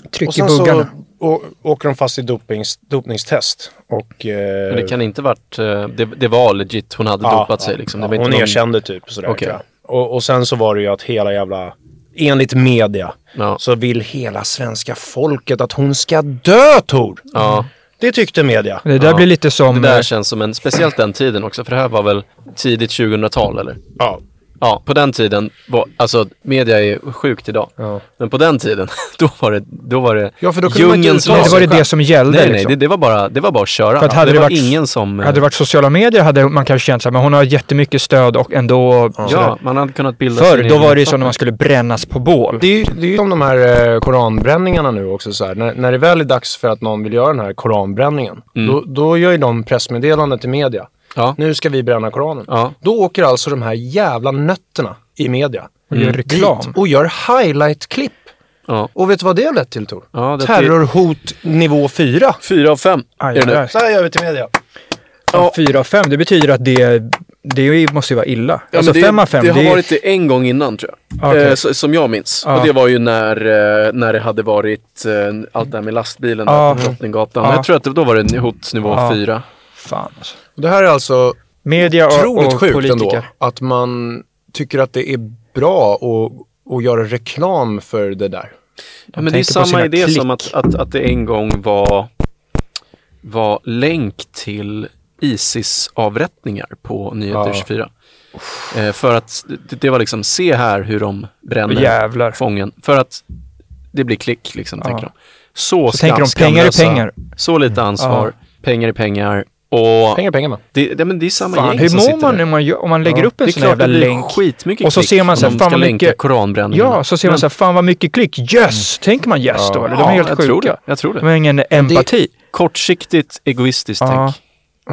[SPEAKER 1] Och
[SPEAKER 2] Tryck i
[SPEAKER 1] sen så
[SPEAKER 2] buggarna.
[SPEAKER 1] å- åker de fast i dopings, dopningstest. Och, eh,
[SPEAKER 4] Men det kan inte varit... eh, Det, det var legit. Hon hade
[SPEAKER 1] ja,
[SPEAKER 4] dopat
[SPEAKER 1] ja,
[SPEAKER 4] sig liksom.
[SPEAKER 1] ja,
[SPEAKER 4] Det var inte
[SPEAKER 1] hon
[SPEAKER 4] någon...
[SPEAKER 1] erkände typ sådär.
[SPEAKER 4] Okej.
[SPEAKER 1] tror jag. Och, och sen så var det ju att hela jävla... Enligt media
[SPEAKER 4] Ja.
[SPEAKER 1] så vill hela svenska folket att hon ska dö, Tor!
[SPEAKER 4] Ja.
[SPEAKER 1] Det tyckte media.
[SPEAKER 2] Det där
[SPEAKER 4] Ja.
[SPEAKER 2] blir lite som... eh,
[SPEAKER 4] Det där känns som en... Speciellt den tiden också. För det här var väl tidigt 2000-tal eller?
[SPEAKER 1] Ja.
[SPEAKER 4] Ja, på den tiden var... Alltså, media är sjukt idag. Men på den tiden, <laughs> då var det... Då var det
[SPEAKER 1] Ja, för då kunde man inte
[SPEAKER 4] djungelns
[SPEAKER 1] uttala
[SPEAKER 2] Nej, det
[SPEAKER 1] sig
[SPEAKER 2] var det,
[SPEAKER 1] själv.
[SPEAKER 2] det som gällde.
[SPEAKER 4] Nej, nej,
[SPEAKER 2] liksom.
[SPEAKER 4] det, det var bara, det var bara att köra.
[SPEAKER 2] För att hade
[SPEAKER 4] det,
[SPEAKER 2] det
[SPEAKER 4] var
[SPEAKER 2] varit-
[SPEAKER 4] ingen som... eh,
[SPEAKER 2] Hade det varit sociala medier hade man kanske känt så här, men hon har jättemycket stöd och ändå...
[SPEAKER 4] Ja,
[SPEAKER 2] Ja.
[SPEAKER 4] man hade kunnat bilda
[SPEAKER 2] Förr,
[SPEAKER 4] sin
[SPEAKER 2] då
[SPEAKER 4] egen
[SPEAKER 2] var det ju som
[SPEAKER 4] uppfattning.
[SPEAKER 2] när man skulle brännas på bål.
[SPEAKER 1] Det är, ju, det är ju som de här eh, koranbränningarna nu också. Så här. När, när det väl är dags för att någon vill göra den här koranbränningen, då, då gör ju de pressmeddelande till media.
[SPEAKER 4] Ja.
[SPEAKER 1] Nu ska vi bränna koranen.
[SPEAKER 4] Ja.
[SPEAKER 1] Då åker alltså de här jävla nötterna i media Mm.
[SPEAKER 2] Och gör reklam.
[SPEAKER 1] dit och gör highlight-klipp.
[SPEAKER 4] Ja.
[SPEAKER 1] Och vet du vad det har lett till Tor?
[SPEAKER 4] Ja, det-
[SPEAKER 1] Terrorhot nivå 4.
[SPEAKER 4] Fyra av fem.
[SPEAKER 2] Aj,
[SPEAKER 4] är det nu.
[SPEAKER 2] där.
[SPEAKER 1] Så här gör vi till media.
[SPEAKER 2] Ja. Fyra av fem, det betyder att det, det måste ju vara illa.
[SPEAKER 4] Ja,
[SPEAKER 2] alltså
[SPEAKER 4] men det,
[SPEAKER 2] fem av fem,
[SPEAKER 4] det
[SPEAKER 2] det, Ah,
[SPEAKER 4] har varit det en gång innan tror jag.
[SPEAKER 2] Okej. Ah.
[SPEAKER 4] Eh, så, som jag minns.
[SPEAKER 2] Ja.
[SPEAKER 4] Och det var ju när, eh, när det hade varit eh, allt det här med lastbilen
[SPEAKER 2] Ja.
[SPEAKER 4] där på Drottninggatan.
[SPEAKER 2] Ja.
[SPEAKER 4] Jag tror att det, då var det hotnivå
[SPEAKER 2] Ja.
[SPEAKER 4] fyra.
[SPEAKER 2] Fan alltså.
[SPEAKER 1] Det här är alltså
[SPEAKER 2] Media och,
[SPEAKER 1] otroligt
[SPEAKER 2] och
[SPEAKER 1] sjukt ändå.
[SPEAKER 2] politiker.
[SPEAKER 1] Att man tycker att det är bra att, att göra reklam för det där.
[SPEAKER 4] Ja, men det är
[SPEAKER 2] tänker på
[SPEAKER 4] samma
[SPEAKER 2] sina
[SPEAKER 4] idé
[SPEAKER 2] klick.
[SPEAKER 4] som att, att, att det en gång var, var länk till Isis-avrättningar på Nyheter
[SPEAKER 1] Ja.
[SPEAKER 4] 24. Eh, för att det, det var liksom, se här hur de bränner
[SPEAKER 2] Jävlar.
[SPEAKER 4] fången. För att det blir klick, liksom, tänker de. Så,
[SPEAKER 2] Så tänker de, pengar är
[SPEAKER 4] skamlösa,
[SPEAKER 2] pengar. Mm.
[SPEAKER 4] Så lite ansvar, pengar är pengar. Och
[SPEAKER 1] Pengar, pengar man.
[SPEAKER 4] Det, det, men det är samma
[SPEAKER 2] Fan,
[SPEAKER 4] gäng
[SPEAKER 2] hur
[SPEAKER 4] som
[SPEAKER 2] mår
[SPEAKER 4] sitter
[SPEAKER 2] man
[SPEAKER 4] där.
[SPEAKER 2] när man, gör- om man lägger upp
[SPEAKER 4] det är
[SPEAKER 2] en sån
[SPEAKER 4] klart
[SPEAKER 2] jävla
[SPEAKER 4] det blir
[SPEAKER 2] länk?
[SPEAKER 4] skitmycket
[SPEAKER 2] Och så
[SPEAKER 4] klick
[SPEAKER 2] ser man
[SPEAKER 4] om
[SPEAKER 2] så här,
[SPEAKER 4] de
[SPEAKER 2] fan
[SPEAKER 4] ska
[SPEAKER 2] vad
[SPEAKER 4] länka
[SPEAKER 2] mycket...
[SPEAKER 4] koranbränningarna. Mm.
[SPEAKER 2] Ja, så ser man så här, fan vad mycket klick. Yes! Tänker man yes då? Eller? De är helt
[SPEAKER 4] jag
[SPEAKER 2] sjuka.
[SPEAKER 4] tror det. Jag tror det.
[SPEAKER 2] De har ingen empati.
[SPEAKER 4] Kortsiktigt egoistiskt
[SPEAKER 2] Ja.
[SPEAKER 4] tänk.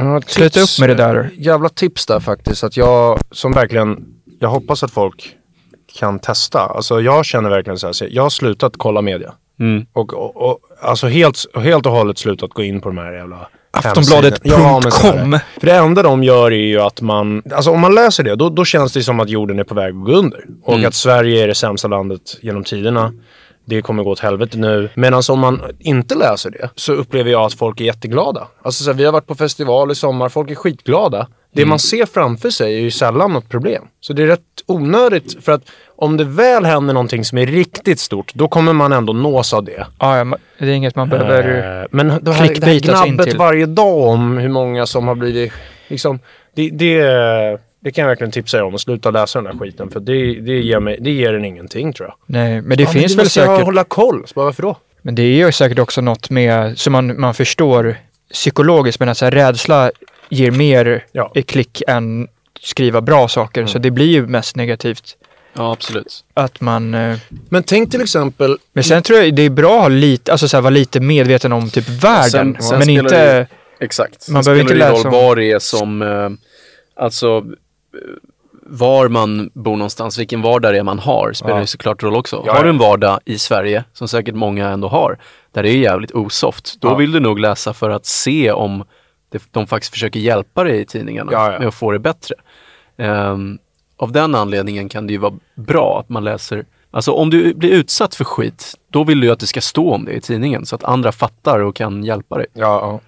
[SPEAKER 1] Ja, tips.
[SPEAKER 2] Sluta upp med det där.
[SPEAKER 1] Jävla tips där faktiskt. Att jag, som verkligen, jag hoppas att folk kan testa. Alltså jag känner verkligen så här, så jag har slutat kolla media.
[SPEAKER 2] Mm.
[SPEAKER 1] Och, och, och alltså helt, helt och hållet slutat gå in på de här jävla
[SPEAKER 2] Aftonbladet.com.
[SPEAKER 1] hemsidorna. men så är det. För det enda de gör är ju att man, alltså om man läser det, då, då känns det som att jorden är på väg att gå under. Och att Sverige är det sämsta landet genom tiderna. det kommer gå åt helvete nu. Medan om man inte läser det så upplever jag att folk är jätteglada. Alltså så här, vi har varit på festival i sommar, folk är skitglada. Det man ser framför sig är ju sällan något problem. Så det är rätt onödigt för att om det väl händer någonting som är riktigt stort, då kommer man ändå nås av det.
[SPEAKER 2] Ja, ja, ma- det är inget man behöver...
[SPEAKER 1] Eh, Men det här, det här
[SPEAKER 2] Clickbaitas in
[SPEAKER 1] gnabbet
[SPEAKER 2] till.
[SPEAKER 1] varje dag om hur många som har blivit... Liksom, det, det, det kan jag verkligen tipsa er om. att Sluta läsa den där skiten. För det, det, ger, mig, det ger en ingenting tror jag.
[SPEAKER 2] Nej, men det
[SPEAKER 1] Ja, men
[SPEAKER 2] finns
[SPEAKER 1] du
[SPEAKER 2] väl
[SPEAKER 1] måste jag
[SPEAKER 2] säkert...
[SPEAKER 1] hålla koll. Så bara, varför då?
[SPEAKER 2] Men det är ju säkert också något med, som man, man förstår psykologiskt, men att så här, rädsla ger mer
[SPEAKER 1] Ja.
[SPEAKER 2] i klick än skriva bra saker.
[SPEAKER 4] Mm.
[SPEAKER 2] Så det blir ju mest negativt
[SPEAKER 4] Ja, absolut.
[SPEAKER 2] att man... eh,
[SPEAKER 1] Men tänk till exempel...
[SPEAKER 2] Men sen tror jag det är bra att ha lite, alltså så här, vara lite medveten om typ världen.
[SPEAKER 4] Sen- sen
[SPEAKER 2] men
[SPEAKER 4] spelar
[SPEAKER 2] inte...
[SPEAKER 4] det- Exakt.
[SPEAKER 2] Man
[SPEAKER 4] Man
[SPEAKER 2] behöver
[SPEAKER 4] behöver spelar
[SPEAKER 2] inte läsa
[SPEAKER 4] det roll
[SPEAKER 2] om-
[SPEAKER 4] var det är som, eh, alltså eh, var man bor någonstans, vilken vardag det är man har, spelar ju såklart roll också.
[SPEAKER 1] Ja,
[SPEAKER 4] Har
[SPEAKER 1] ja.
[SPEAKER 4] du en vardag i Sverige, som säkert många ändå har, där det är jävligt osoft, då vill du nog läsa för att se om det, de faktiskt försöker hjälpa dig i tidningarna
[SPEAKER 1] Ja, ja.
[SPEAKER 4] med att få det bättre. Ehm, av den anledningen kan det ju vara bra att man läser Alltså om du blir utsatt för skit, då vill du ju att det ska stå om det i tidningen så att andra fattar och kan hjälpa dig.
[SPEAKER 1] Ja,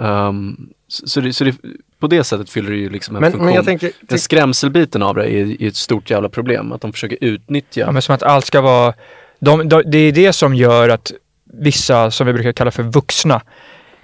[SPEAKER 4] Ehm, så så, det, så det, på det sättet fyller det ju liksom en
[SPEAKER 1] Men- men
[SPEAKER 4] funktion.
[SPEAKER 1] jag tänker-
[SPEAKER 4] Den skrämselbiten av det är, är ett stort jävla problem, att de försöker utnyttja.
[SPEAKER 2] Ja, men som att allt ska vara... De, de, det är det som gör att vissa, som vi brukar kalla för vuxna,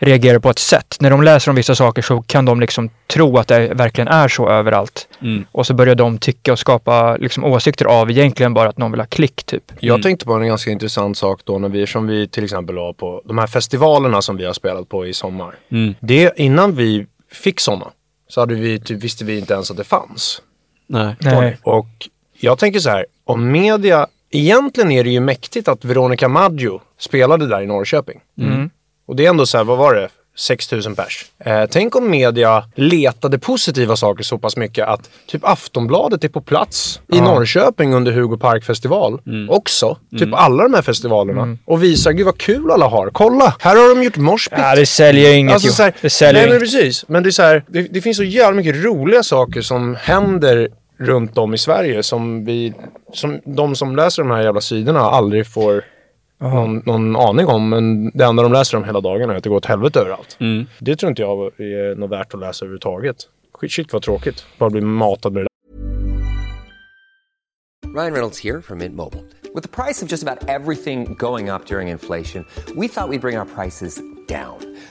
[SPEAKER 2] reagerar på ett sätt. När de läser om vissa saker så kan de liksom tro att det verkligen är så överallt.
[SPEAKER 4] Mm.
[SPEAKER 2] Och så börjar de tycka och skapa liksom åsikter av egentligen bara att någon vill ha klick typ.
[SPEAKER 1] Jag
[SPEAKER 4] Mm.
[SPEAKER 1] tänkte på en ganska intressant sak då när vi, som vi till exempel har på de här festivalerna som vi har spelat på i sommar.
[SPEAKER 4] Mm.
[SPEAKER 1] Det, innan vi fick sådana så hade vi, typ, visste vi inte ens att det fanns.
[SPEAKER 4] Nej.
[SPEAKER 2] Nej.
[SPEAKER 1] Och jag tänker så här, om media... Egentligen är det ju mäktigt att Veronica Maggio spelade där i Norrköping.
[SPEAKER 2] Mm.
[SPEAKER 1] Och det är ändå så här, vad var det? 6 000 pers. Eh, tänk om media letade positiva saker så pass mycket att typ Aftonbladet är på plats i Norrköping under Hugo Park-festival också. Typ alla de här festivalerna.
[SPEAKER 2] Mm.
[SPEAKER 1] Och visar, gud vad kul alla har. Kolla, här har de gjort moshpit.
[SPEAKER 2] Ja, det säljer inget
[SPEAKER 1] Alltså,
[SPEAKER 2] ju.
[SPEAKER 1] så här,
[SPEAKER 2] Det säljer
[SPEAKER 1] nej, men
[SPEAKER 2] inget.
[SPEAKER 1] precis. Men det, är så här, det, det finns så jävla mycket roliga saker som händer runt om i Sverige som vi, som de som läser de här jävla sidorna aldrig får någon, någon aning om. Men det enda de läser om hela dagen är att det går åt helvete överallt.
[SPEAKER 2] Mm.
[SPEAKER 1] Det tror inte jag är något värt att läsa överhuvudtaget. Shit, shit vad tråkigt. Bara bli matad med det
[SPEAKER 5] Ryan Reynolds here from Mint Mobile. With the price of just about everything going up during inflation, we thought we'd bring our prices down.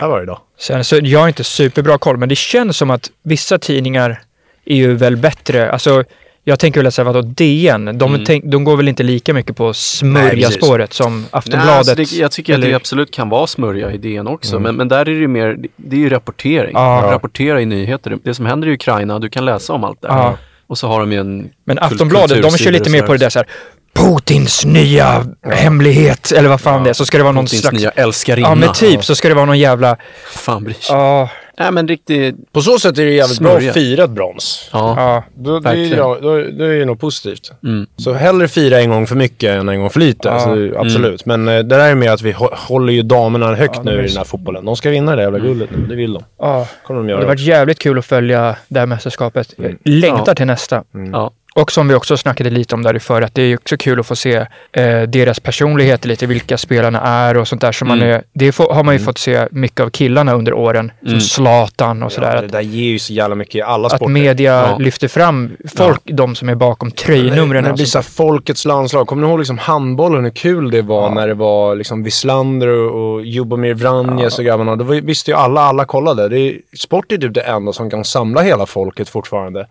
[SPEAKER 1] här varje dag.
[SPEAKER 2] Sen så, jag har inte superbra koll, men det känns som att vissa tidningar är ju väl bättre. Alltså, jag tänker väl säga vadå, DN, de,
[SPEAKER 4] Mm.
[SPEAKER 2] tänk, de går väl inte lika mycket på
[SPEAKER 1] Nej, precis.
[SPEAKER 2] smörja-spåret som
[SPEAKER 4] Nej, alltså
[SPEAKER 2] Aftonbladet?
[SPEAKER 4] det, jag tycker att
[SPEAKER 2] eller- Mm.
[SPEAKER 4] det absolut kan vara smörja i DN också, men, men där är det ju mer, det- det är ju rapportering.
[SPEAKER 2] Ja.
[SPEAKER 4] Att Rapportera i nyheter. Det som händer i Ukraina, du kan läsa om allt där.
[SPEAKER 2] Ja.
[SPEAKER 4] Och så har de ju en
[SPEAKER 2] Men
[SPEAKER 4] kul-
[SPEAKER 2] Aftonbladet, de kör
[SPEAKER 4] kultursidor
[SPEAKER 2] lite mer
[SPEAKER 4] och
[SPEAKER 2] på det där så här. Putins nya hemlighet, eller vad fan det är. Så ska det vara någon
[SPEAKER 4] Putins
[SPEAKER 2] slags...
[SPEAKER 4] nya älskarinna.
[SPEAKER 2] Ja, men typ så ska det vara någon jävla...
[SPEAKER 4] Fan bryr sig.
[SPEAKER 2] Ja,
[SPEAKER 4] Nej, men riktigt...
[SPEAKER 1] På så sätt är det jävligt bra
[SPEAKER 4] Smörja.
[SPEAKER 1] att fira ett brons.
[SPEAKER 4] Ja.
[SPEAKER 2] ja. Mm.
[SPEAKER 1] Då, det, är ju,
[SPEAKER 4] Verkligen.
[SPEAKER 1] ja, då, då är det nog positivt. Så hellre fira en gång för mycket än en gång för lite.
[SPEAKER 2] Ja.
[SPEAKER 1] Så, absolut. Men eh, det där är mer att vi hå- håller ju damerna högt
[SPEAKER 2] de är
[SPEAKER 1] nu i den
[SPEAKER 2] så-
[SPEAKER 1] här fotbollen. De ska vinna det där jävla guldet nu. Det vill de.
[SPEAKER 2] ja.
[SPEAKER 1] kommer de
[SPEAKER 2] Det
[SPEAKER 1] göra.
[SPEAKER 2] har varit jävligt kul att följa det här mästerskapet. Jag längtar
[SPEAKER 4] Ja.
[SPEAKER 2] till nästa.
[SPEAKER 4] Ja.
[SPEAKER 2] Och som vi också snackade lite om där i förra, att det är ju också kul att få se eh, deras personligheter lite, vilka spelarna är och sånt där. Som man
[SPEAKER 4] Mm.
[SPEAKER 2] är, det får, har man ju fått se mycket av killarna under åren, som
[SPEAKER 4] Mm.
[SPEAKER 2] Zlatan och sådär.
[SPEAKER 1] Ja, det
[SPEAKER 2] att-
[SPEAKER 1] där ger ju så jävla mycket i alla
[SPEAKER 2] att
[SPEAKER 1] sporter.
[SPEAKER 2] media
[SPEAKER 4] Ja.
[SPEAKER 2] lyfter fram folk, de som är bakom tröjnumren.
[SPEAKER 1] När det
[SPEAKER 2] och
[SPEAKER 1] blir
[SPEAKER 2] sånt.
[SPEAKER 1] så här folkets landslag. Kommer ni ihåg liksom handbollen, hur kul det var när det var liksom Wislander och, och Jubomir Vranjes och grabbarna? Då var- visste ju alla, alla kollade. Det är, sport är typ det enda som kan samla hela folket fortfarande.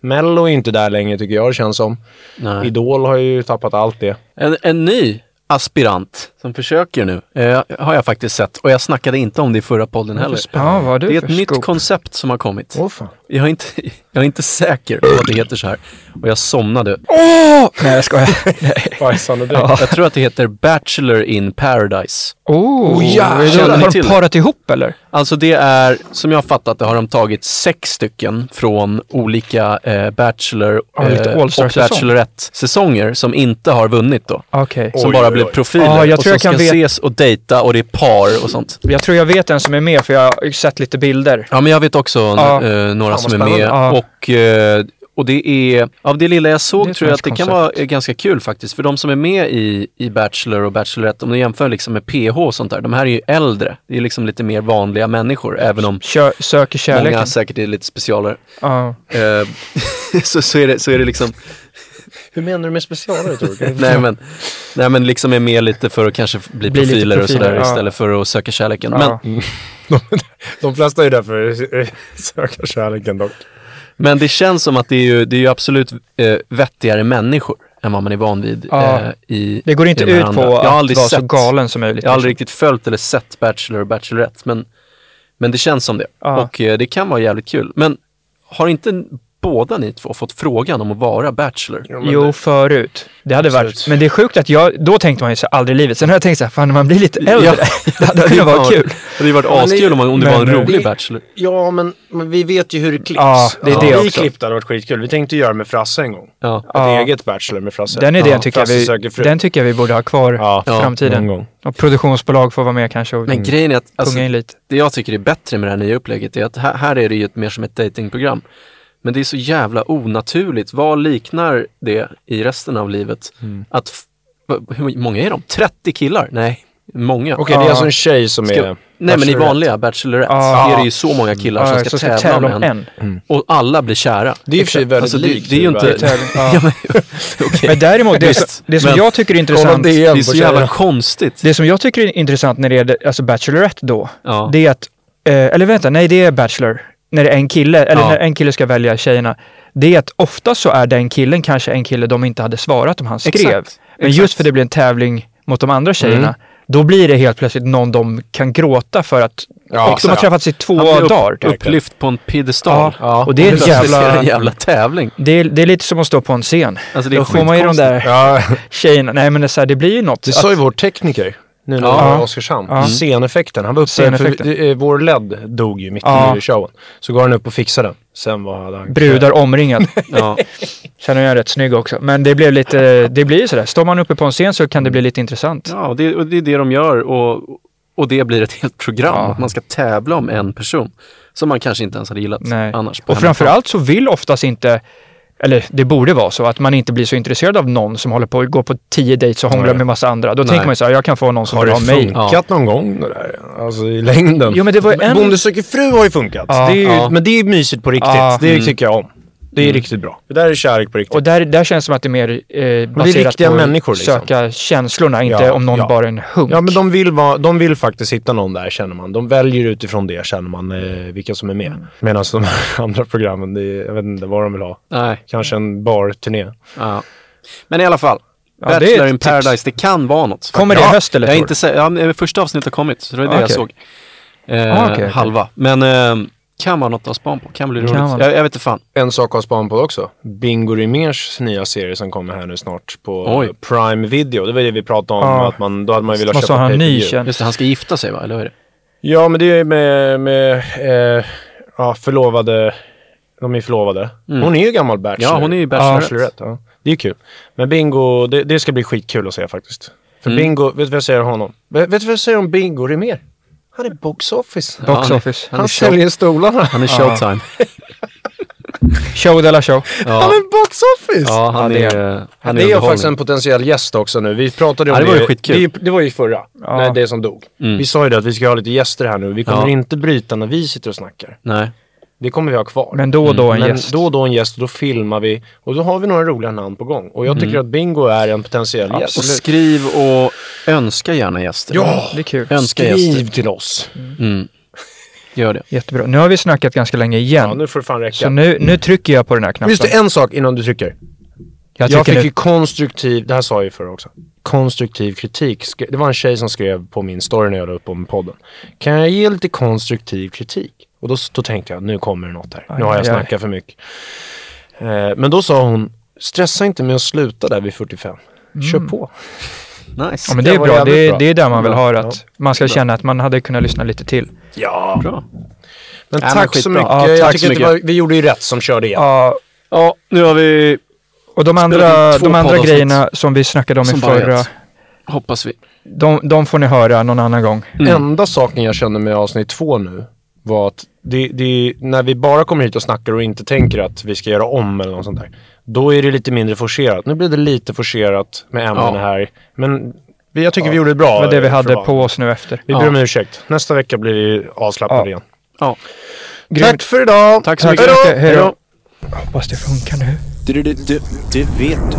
[SPEAKER 1] Mello är inte där längre tycker jag det känns som.
[SPEAKER 4] Nej.
[SPEAKER 1] Idol har ju tappat allt det.
[SPEAKER 4] En, en ny aspirant som försöker nu eh, har jag faktiskt sett och jag snackade inte om det i förra podden heller.
[SPEAKER 2] Ja, vad du
[SPEAKER 4] Det är
[SPEAKER 2] för
[SPEAKER 4] ett nytt
[SPEAKER 2] scoop.
[SPEAKER 4] koncept som har kommit.
[SPEAKER 1] Åh fan.
[SPEAKER 4] Jag är, inte, <laughs> jag är inte säker på att det heter så här och jag somnade.
[SPEAKER 2] Nej, jag skojar.
[SPEAKER 1] <laughs> Bajsande direkt.
[SPEAKER 4] Jag tror att det heter Bachelor in Paradise.
[SPEAKER 2] <laughs> Oh,
[SPEAKER 1] jävlar.
[SPEAKER 2] är det-
[SPEAKER 4] Känner ni
[SPEAKER 2] har
[SPEAKER 4] till
[SPEAKER 2] de
[SPEAKER 4] det?
[SPEAKER 2] parat ihop eller?
[SPEAKER 4] Alltså det är, som jag har fattat det, har de tagit sex stycken från olika eh, Bachelor
[SPEAKER 2] Ja, lite
[SPEAKER 4] eh, och
[SPEAKER 2] All-Star-säsong.
[SPEAKER 4] Bachelorette-säsonger som inte har vunnit då.
[SPEAKER 2] Okej.
[SPEAKER 4] Som
[SPEAKER 1] Oj,
[SPEAKER 4] bara
[SPEAKER 1] oj,
[SPEAKER 4] blir
[SPEAKER 1] oj.
[SPEAKER 4] profiler
[SPEAKER 2] Ja, jag
[SPEAKER 4] och
[SPEAKER 2] tror
[SPEAKER 4] som
[SPEAKER 2] jag
[SPEAKER 4] ska
[SPEAKER 2] kan vet-
[SPEAKER 4] ses och dejta och det är par och sånt.
[SPEAKER 2] Jag tror jag vet en som är med för jag har ju sett lite bilder.
[SPEAKER 4] Ja, men jag vet också n-
[SPEAKER 2] Ja.
[SPEAKER 4] eh, några
[SPEAKER 1] vad
[SPEAKER 4] som är
[SPEAKER 1] spännande.
[SPEAKER 4] med.
[SPEAKER 2] Ja.
[SPEAKER 4] Och, eh, och det är, av det lilla jag
[SPEAKER 2] Det är
[SPEAKER 4] såg
[SPEAKER 2] ett
[SPEAKER 4] tror jag att det
[SPEAKER 2] svenskt
[SPEAKER 4] kan vara eh, ganska kul faktiskt. För de som är med i, i Bachelor och Bachelorette, om du jämför liksom med PH och sånt där, de här är ju äldre. Det är liksom lite mer vanliga människor, även om
[SPEAKER 2] Kö, söker kärleken.
[SPEAKER 4] många säkert är lite specialare.
[SPEAKER 2] Ja.
[SPEAKER 4] Eh, <laughs> så, så, är det, så är det liksom,
[SPEAKER 1] Hur menar du med specialare tror du?
[SPEAKER 4] nej men, nej men liksom är med lite för att kanske bli
[SPEAKER 2] Bli lite
[SPEAKER 4] profiler och
[SPEAKER 2] profiler,
[SPEAKER 4] sådär
[SPEAKER 2] ja.
[SPEAKER 4] istället för att söka kärleken.
[SPEAKER 2] Ja.
[SPEAKER 4] Men,
[SPEAKER 1] <laughs> De flesta är ju där för att söka kärleken dock.
[SPEAKER 4] Men det känns som att det är ju, det är ju absolut eh, vettigare människor än vad man är van vid.
[SPEAKER 2] Ja.
[SPEAKER 4] Eh, i,
[SPEAKER 2] Det går inte
[SPEAKER 4] i de här
[SPEAKER 2] ut på
[SPEAKER 4] andra. Jag
[SPEAKER 2] att
[SPEAKER 4] har aldrig
[SPEAKER 2] vara så
[SPEAKER 4] sett-
[SPEAKER 2] galen som möjligt.
[SPEAKER 4] Jag har aldrig riktigt följt eller sett Bachelor och Bachelorette, men, men det känns som det.
[SPEAKER 2] Ja.
[SPEAKER 4] Och eh, det kan vara jävligt kul. Men har inte båda ni två fått frågan om att vara Bachelor?
[SPEAKER 2] Jo, förut. Det hade varit...
[SPEAKER 1] Absolut.
[SPEAKER 2] Men det är sjukt att jag... Då tänkte man ju så här, aldrig i livet. Sen har jag tänkt så här, fan när man blir lite
[SPEAKER 1] <laughs>
[SPEAKER 2] äldre. <laughs> det hade kunnat vara kul.
[SPEAKER 4] <laughs> Det hade ju varit askul om, man- om det var en
[SPEAKER 2] men-
[SPEAKER 4] rolig Bachelor.
[SPEAKER 1] Ja, men, men vi vet ju hur det klipps.
[SPEAKER 2] Ja, det är
[SPEAKER 1] Om
[SPEAKER 2] det
[SPEAKER 1] Vi
[SPEAKER 2] också.
[SPEAKER 1] klippte hade varit skitkul. Vi tänkte göra med Frasse en gång.
[SPEAKER 4] Ja.
[SPEAKER 1] Ett
[SPEAKER 2] Ja.
[SPEAKER 1] eget Bachelor med Frasse.
[SPEAKER 2] Den idén tycker, jag
[SPEAKER 1] Frasse söker
[SPEAKER 2] vi,
[SPEAKER 1] fru.
[SPEAKER 2] den tycker jag vi borde ha kvar
[SPEAKER 1] Ja,
[SPEAKER 2] i
[SPEAKER 4] ja,
[SPEAKER 2] framtiden.
[SPEAKER 1] någon gång.
[SPEAKER 2] Och produktionsbolag får vara med kanske och
[SPEAKER 4] Men grejen är att alltså,
[SPEAKER 2] punga Mm. in lite.
[SPEAKER 4] det jag tycker är bättre med det här nya upplägget är att här, här är det ju ett, mer som ett datingprogram. Men det är så jävla onaturligt. Vad liknar det i resten av livet? Att, f- va- hur många är de? 30 killar? Nej, många.
[SPEAKER 1] Okej, det är alltså en tjej som
[SPEAKER 4] Ska-
[SPEAKER 1] är...
[SPEAKER 4] Nej, men i
[SPEAKER 1] Bachelorette.
[SPEAKER 4] vanliga Bachelorette
[SPEAKER 2] Ja.
[SPEAKER 4] är det ju så många killar som
[SPEAKER 2] Ja,
[SPEAKER 4] ska,
[SPEAKER 2] så
[SPEAKER 4] tävla,
[SPEAKER 2] om
[SPEAKER 4] med en.
[SPEAKER 2] en.
[SPEAKER 4] Och alla blir kära.
[SPEAKER 1] Mm. Det är i och för sig väldigt
[SPEAKER 4] alltså, det,
[SPEAKER 1] likt
[SPEAKER 4] det är ju
[SPEAKER 1] hur
[SPEAKER 4] inte...
[SPEAKER 1] det
[SPEAKER 2] är.
[SPEAKER 4] <laughs> ja, men, okej.
[SPEAKER 2] Men däremot, det,
[SPEAKER 4] Visst,
[SPEAKER 2] det som
[SPEAKER 4] men-
[SPEAKER 2] jag tycker är
[SPEAKER 1] Kolla
[SPEAKER 2] intressant,
[SPEAKER 1] DM
[SPEAKER 2] det,
[SPEAKER 4] Det är så
[SPEAKER 1] på
[SPEAKER 4] jävla
[SPEAKER 1] tjejerna.
[SPEAKER 4] konstigt.
[SPEAKER 2] som jag tycker är intressant när det är alltså Bachelorette då,
[SPEAKER 4] Ja.
[SPEAKER 2] det är att, eh, eller vänta, nej det är Bachelor, när det är en kille, eller
[SPEAKER 4] Ja.
[SPEAKER 2] när en kille ska välja tjejerna, det är att ofta så är den killen kanske en kille de inte hade svarat om han skrev.
[SPEAKER 4] Exakt,
[SPEAKER 2] Men
[SPEAKER 4] exakt. Mm.
[SPEAKER 2] just för det blir en tävling mot de andra tjejerna, då blir det helt plötsligt någon de kan gråta för att
[SPEAKER 1] Ja,
[SPEAKER 2] och de har
[SPEAKER 1] ja.
[SPEAKER 2] träffats i två
[SPEAKER 4] Han blir upp-
[SPEAKER 2] dagar. typ.
[SPEAKER 4] Upplyft på en piedestal.
[SPEAKER 2] Ja, och det är en
[SPEAKER 4] plötsligt
[SPEAKER 2] jävla-
[SPEAKER 4] är <laughs> det en jävla tävling.
[SPEAKER 2] Det, är, det är lite som att stå på en scen.
[SPEAKER 4] Alltså, det är
[SPEAKER 2] då får man ju de där
[SPEAKER 1] Ja,
[SPEAKER 2] tjejerna, nej men det, är så här, det blir ju något.
[SPEAKER 1] det sa ju vår tekniker. Nu när
[SPEAKER 4] Ja.
[SPEAKER 1] han var i Oskarshamn. Sceneffekten. Han var uppe, för
[SPEAKER 2] Mm. Sceneffekten.
[SPEAKER 1] det- eh, vår LED dog ju mitt
[SPEAKER 2] Ja.
[SPEAKER 1] i showen. Så går han upp och fixar den. Sen var han...
[SPEAKER 2] brudar
[SPEAKER 1] <laughs>
[SPEAKER 2] omringad.
[SPEAKER 4] Ja.
[SPEAKER 2] Sen är jag rätt snygg också. Men det blev lite, det blir ju sådär. Står man uppe på en scen så kan det bli lite intressant.
[SPEAKER 4] Ja, och det, och det är det de gör och, och det blir ett helt program. Att man ska tävla om en person som man kanske inte ens hade gillat
[SPEAKER 2] Nej.
[SPEAKER 4] annars. på
[SPEAKER 2] Och
[SPEAKER 4] hemmaplan.
[SPEAKER 2] framförallt så vill oftast inte, eller det borde vara så, att man inte blir så intresserad av någon som håller på att gå på tio dejts och hånglar
[SPEAKER 1] Nej.
[SPEAKER 2] med massa andra. Då
[SPEAKER 4] Nej.
[SPEAKER 2] tänker man ju såhär, jag kan få någon som
[SPEAKER 1] Har
[SPEAKER 2] vill
[SPEAKER 1] det
[SPEAKER 2] ha mig.
[SPEAKER 1] funkat någon gång det där? Alltså i längden?
[SPEAKER 2] Jo, men det var ju en-
[SPEAKER 1] Bonde söker fru har ju funkat.
[SPEAKER 2] Ja.
[SPEAKER 1] det är ju,
[SPEAKER 4] Ja.
[SPEAKER 1] Men det är mysigt på riktigt.
[SPEAKER 2] Ja. Mm.
[SPEAKER 1] Det tycker jag om. Det är riktigt bra. Det där är kärlek på riktigt.
[SPEAKER 2] Och där, där känns det som att det är mer eh, baserat
[SPEAKER 1] riktiga
[SPEAKER 2] på
[SPEAKER 1] människor,
[SPEAKER 2] att
[SPEAKER 1] liksom.
[SPEAKER 2] söka känslorna, inte
[SPEAKER 1] Ja,
[SPEAKER 2] om någon
[SPEAKER 1] ja.
[SPEAKER 2] bara är en hunk.
[SPEAKER 1] Ja, men de vill, vara, de vill faktiskt hitta någon där, känner man. De väljer utifrån det, känner man, eh, vilka som är med. Medan de <laughs> här andra programmen, det är, jag vet inte vad de vill ha.
[SPEAKER 4] Nej.
[SPEAKER 1] Kanske en barturné.
[SPEAKER 4] Ja. Men i alla fall,
[SPEAKER 2] Ja, det är
[SPEAKER 4] Bachelor
[SPEAKER 2] ett
[SPEAKER 4] in
[SPEAKER 2] tips.
[SPEAKER 4] Paradise, det kan vara något.
[SPEAKER 2] Kommer det i
[SPEAKER 4] faktiskt.
[SPEAKER 2] höst eller
[SPEAKER 4] Jag är
[SPEAKER 2] tror
[SPEAKER 4] inte sä- ja, men eh, första avsnittet har kommit, så det var det
[SPEAKER 2] Ah,
[SPEAKER 4] jag
[SPEAKER 2] okej.
[SPEAKER 4] såg. Eh,
[SPEAKER 2] Ah, okej, okej.
[SPEAKER 4] Halva. Men eh, kan vara något att ha span på, kan bli roligt.
[SPEAKER 2] vara något.
[SPEAKER 4] jag, jag vet inte fan.
[SPEAKER 1] En sak har span på också. Bingo Rimérs nya serie som kommer här nu snart på
[SPEAKER 4] Oj.
[SPEAKER 1] Prime Video. Det var det vi pratade om,
[SPEAKER 2] Ja.
[SPEAKER 1] att man, då hade man ju velat
[SPEAKER 2] Vad
[SPEAKER 1] köpa
[SPEAKER 2] sa han?
[SPEAKER 1] pay-per-view.
[SPEAKER 2] Ny känd?
[SPEAKER 4] Just det, han ska gifta sig va, eller hur är det?
[SPEAKER 1] Ja, men det är med, med eh, ja, förlovade. De är förlovade. Hon är ju gammal bachelor.
[SPEAKER 4] Mm. Ja, hon är ju
[SPEAKER 1] Ja,
[SPEAKER 4] bachelorette.
[SPEAKER 1] bachelorette, ja. Det är ju kul. Men Bingo, det, det ska bli skitkul att se faktiskt. För
[SPEAKER 4] Mm.
[SPEAKER 1] Bingo, vet du vad jag säger om honom? Vet vet du vad jag säger om Bingo Rimér? Han är box office.
[SPEAKER 2] Box
[SPEAKER 4] han är-
[SPEAKER 2] office.
[SPEAKER 1] Han,
[SPEAKER 4] är show-
[SPEAKER 1] säljer stolarna.
[SPEAKER 4] Han är showtime.
[SPEAKER 2] Show de la show.
[SPEAKER 1] <laughs> Han är box office!
[SPEAKER 4] Ja,
[SPEAKER 2] <laughs>
[SPEAKER 4] han
[SPEAKER 2] Ja, det-
[SPEAKER 4] är, han
[SPEAKER 1] det
[SPEAKER 4] är
[SPEAKER 1] är faktiskt
[SPEAKER 4] underhållning.
[SPEAKER 1] en potentiell gäst också nu. Vi pratade om
[SPEAKER 4] Ja, det
[SPEAKER 1] det.
[SPEAKER 4] var ju skitkul. Mm.
[SPEAKER 1] Det, det var ju förra, när det som dog. Vi sa ju det att vi ska ha lite gäster här nu. Vi kommer
[SPEAKER 4] Ja.
[SPEAKER 1] inte bryta när vi sitter och snackar.
[SPEAKER 4] Nej.
[SPEAKER 1] Det kommer vi ha kvar.
[SPEAKER 2] Men då och då en
[SPEAKER 1] Mm. Men
[SPEAKER 2] gäst.
[SPEAKER 1] då och då en gäst och då filmar vi. Och då har vi några roliga namn på gång. Och jag tycker
[SPEAKER 2] Mm.
[SPEAKER 1] att Bingo är en potentiell
[SPEAKER 4] Och
[SPEAKER 1] gäst.
[SPEAKER 4] skriv och önska gärna gäster.
[SPEAKER 1] Ja!
[SPEAKER 2] Det är kul.
[SPEAKER 4] Önska
[SPEAKER 1] Skriv
[SPEAKER 4] gäster.
[SPEAKER 1] till oss.
[SPEAKER 4] Gör det.
[SPEAKER 2] Jättebra. Nu har vi snackat ganska länge
[SPEAKER 1] Ja,
[SPEAKER 2] igen.
[SPEAKER 1] nu får det fan
[SPEAKER 2] så
[SPEAKER 1] räcka.
[SPEAKER 2] nu, nu trycker jag på den här knappen.
[SPEAKER 1] Just det, en sak innan du trycker. Jag,
[SPEAKER 2] jag tycker
[SPEAKER 1] fick
[SPEAKER 2] nu,
[SPEAKER 1] ju konstruktiv, det här sa jag ju förra också, konstruktiv kritik. Sk- Det var en tjej som skrev på min story när jag la upp om podden. Kan jag ge lite konstruktiv kritik? Och då, s- då tänkte jag, nu kommer det något här. nu har jag
[SPEAKER 2] aj, aj.
[SPEAKER 1] snackat för mycket. Eh, men då sa hon, stressa inte med att sluta där vid 45. Kör
[SPEAKER 2] Mm.
[SPEAKER 1] på.
[SPEAKER 4] Nice.
[SPEAKER 2] ja, men det är
[SPEAKER 1] var
[SPEAKER 2] bra.
[SPEAKER 1] jävligt
[SPEAKER 2] Det är,
[SPEAKER 1] bra.
[SPEAKER 2] det är där man vill
[SPEAKER 1] Bra.
[SPEAKER 2] ha att man ska känna att man hade kunnat lyssna lite till.
[SPEAKER 1] Ja.
[SPEAKER 4] Bra.
[SPEAKER 1] Men
[SPEAKER 4] Ja, men
[SPEAKER 1] tack så
[SPEAKER 4] skitbra.
[SPEAKER 1] mycket.
[SPEAKER 4] Ja,
[SPEAKER 1] jag
[SPEAKER 4] tack så
[SPEAKER 1] tycker att det
[SPEAKER 4] mycket.
[SPEAKER 1] var, vi gjorde ju rätt som körde igen.
[SPEAKER 2] Ja,
[SPEAKER 4] Ja, nu har vi,
[SPEAKER 2] och de
[SPEAKER 4] Spelar
[SPEAKER 2] andra,
[SPEAKER 4] in två
[SPEAKER 2] de andra
[SPEAKER 4] poddavsnitt
[SPEAKER 2] grejerna som vi snackade om i
[SPEAKER 4] Som bara
[SPEAKER 2] förra,
[SPEAKER 4] ett. hoppas vi.
[SPEAKER 2] de, de får ni höra någon annan gång.
[SPEAKER 4] Mm.
[SPEAKER 1] Enda saken jag kände med avsnitt två nu var att det, det, när vi bara kommer hit och snackar och inte tänker att vi ska göra om eller något sånt där, då är det lite mindre forcerat. Nu blev det lite forcerat med ämnen
[SPEAKER 4] Ja.
[SPEAKER 1] här, men vi, jag tycker vi gjorde det bra.
[SPEAKER 2] Det var det vi
[SPEAKER 1] eh,
[SPEAKER 2] hade
[SPEAKER 1] för vad.
[SPEAKER 2] på oss nu efter.
[SPEAKER 1] Vi ber om ursäkt. Nästa vecka blir vi avslappnade
[SPEAKER 2] Ja.
[SPEAKER 1] igen.
[SPEAKER 4] Ja.
[SPEAKER 1] Tack för idag!
[SPEAKER 4] Tack så mycket.
[SPEAKER 1] Hejdå!
[SPEAKER 2] mycket. Hej då.
[SPEAKER 1] Hejdå!
[SPEAKER 2] Hoppas det funkar nu.
[SPEAKER 3] Det, det, det, det vet du.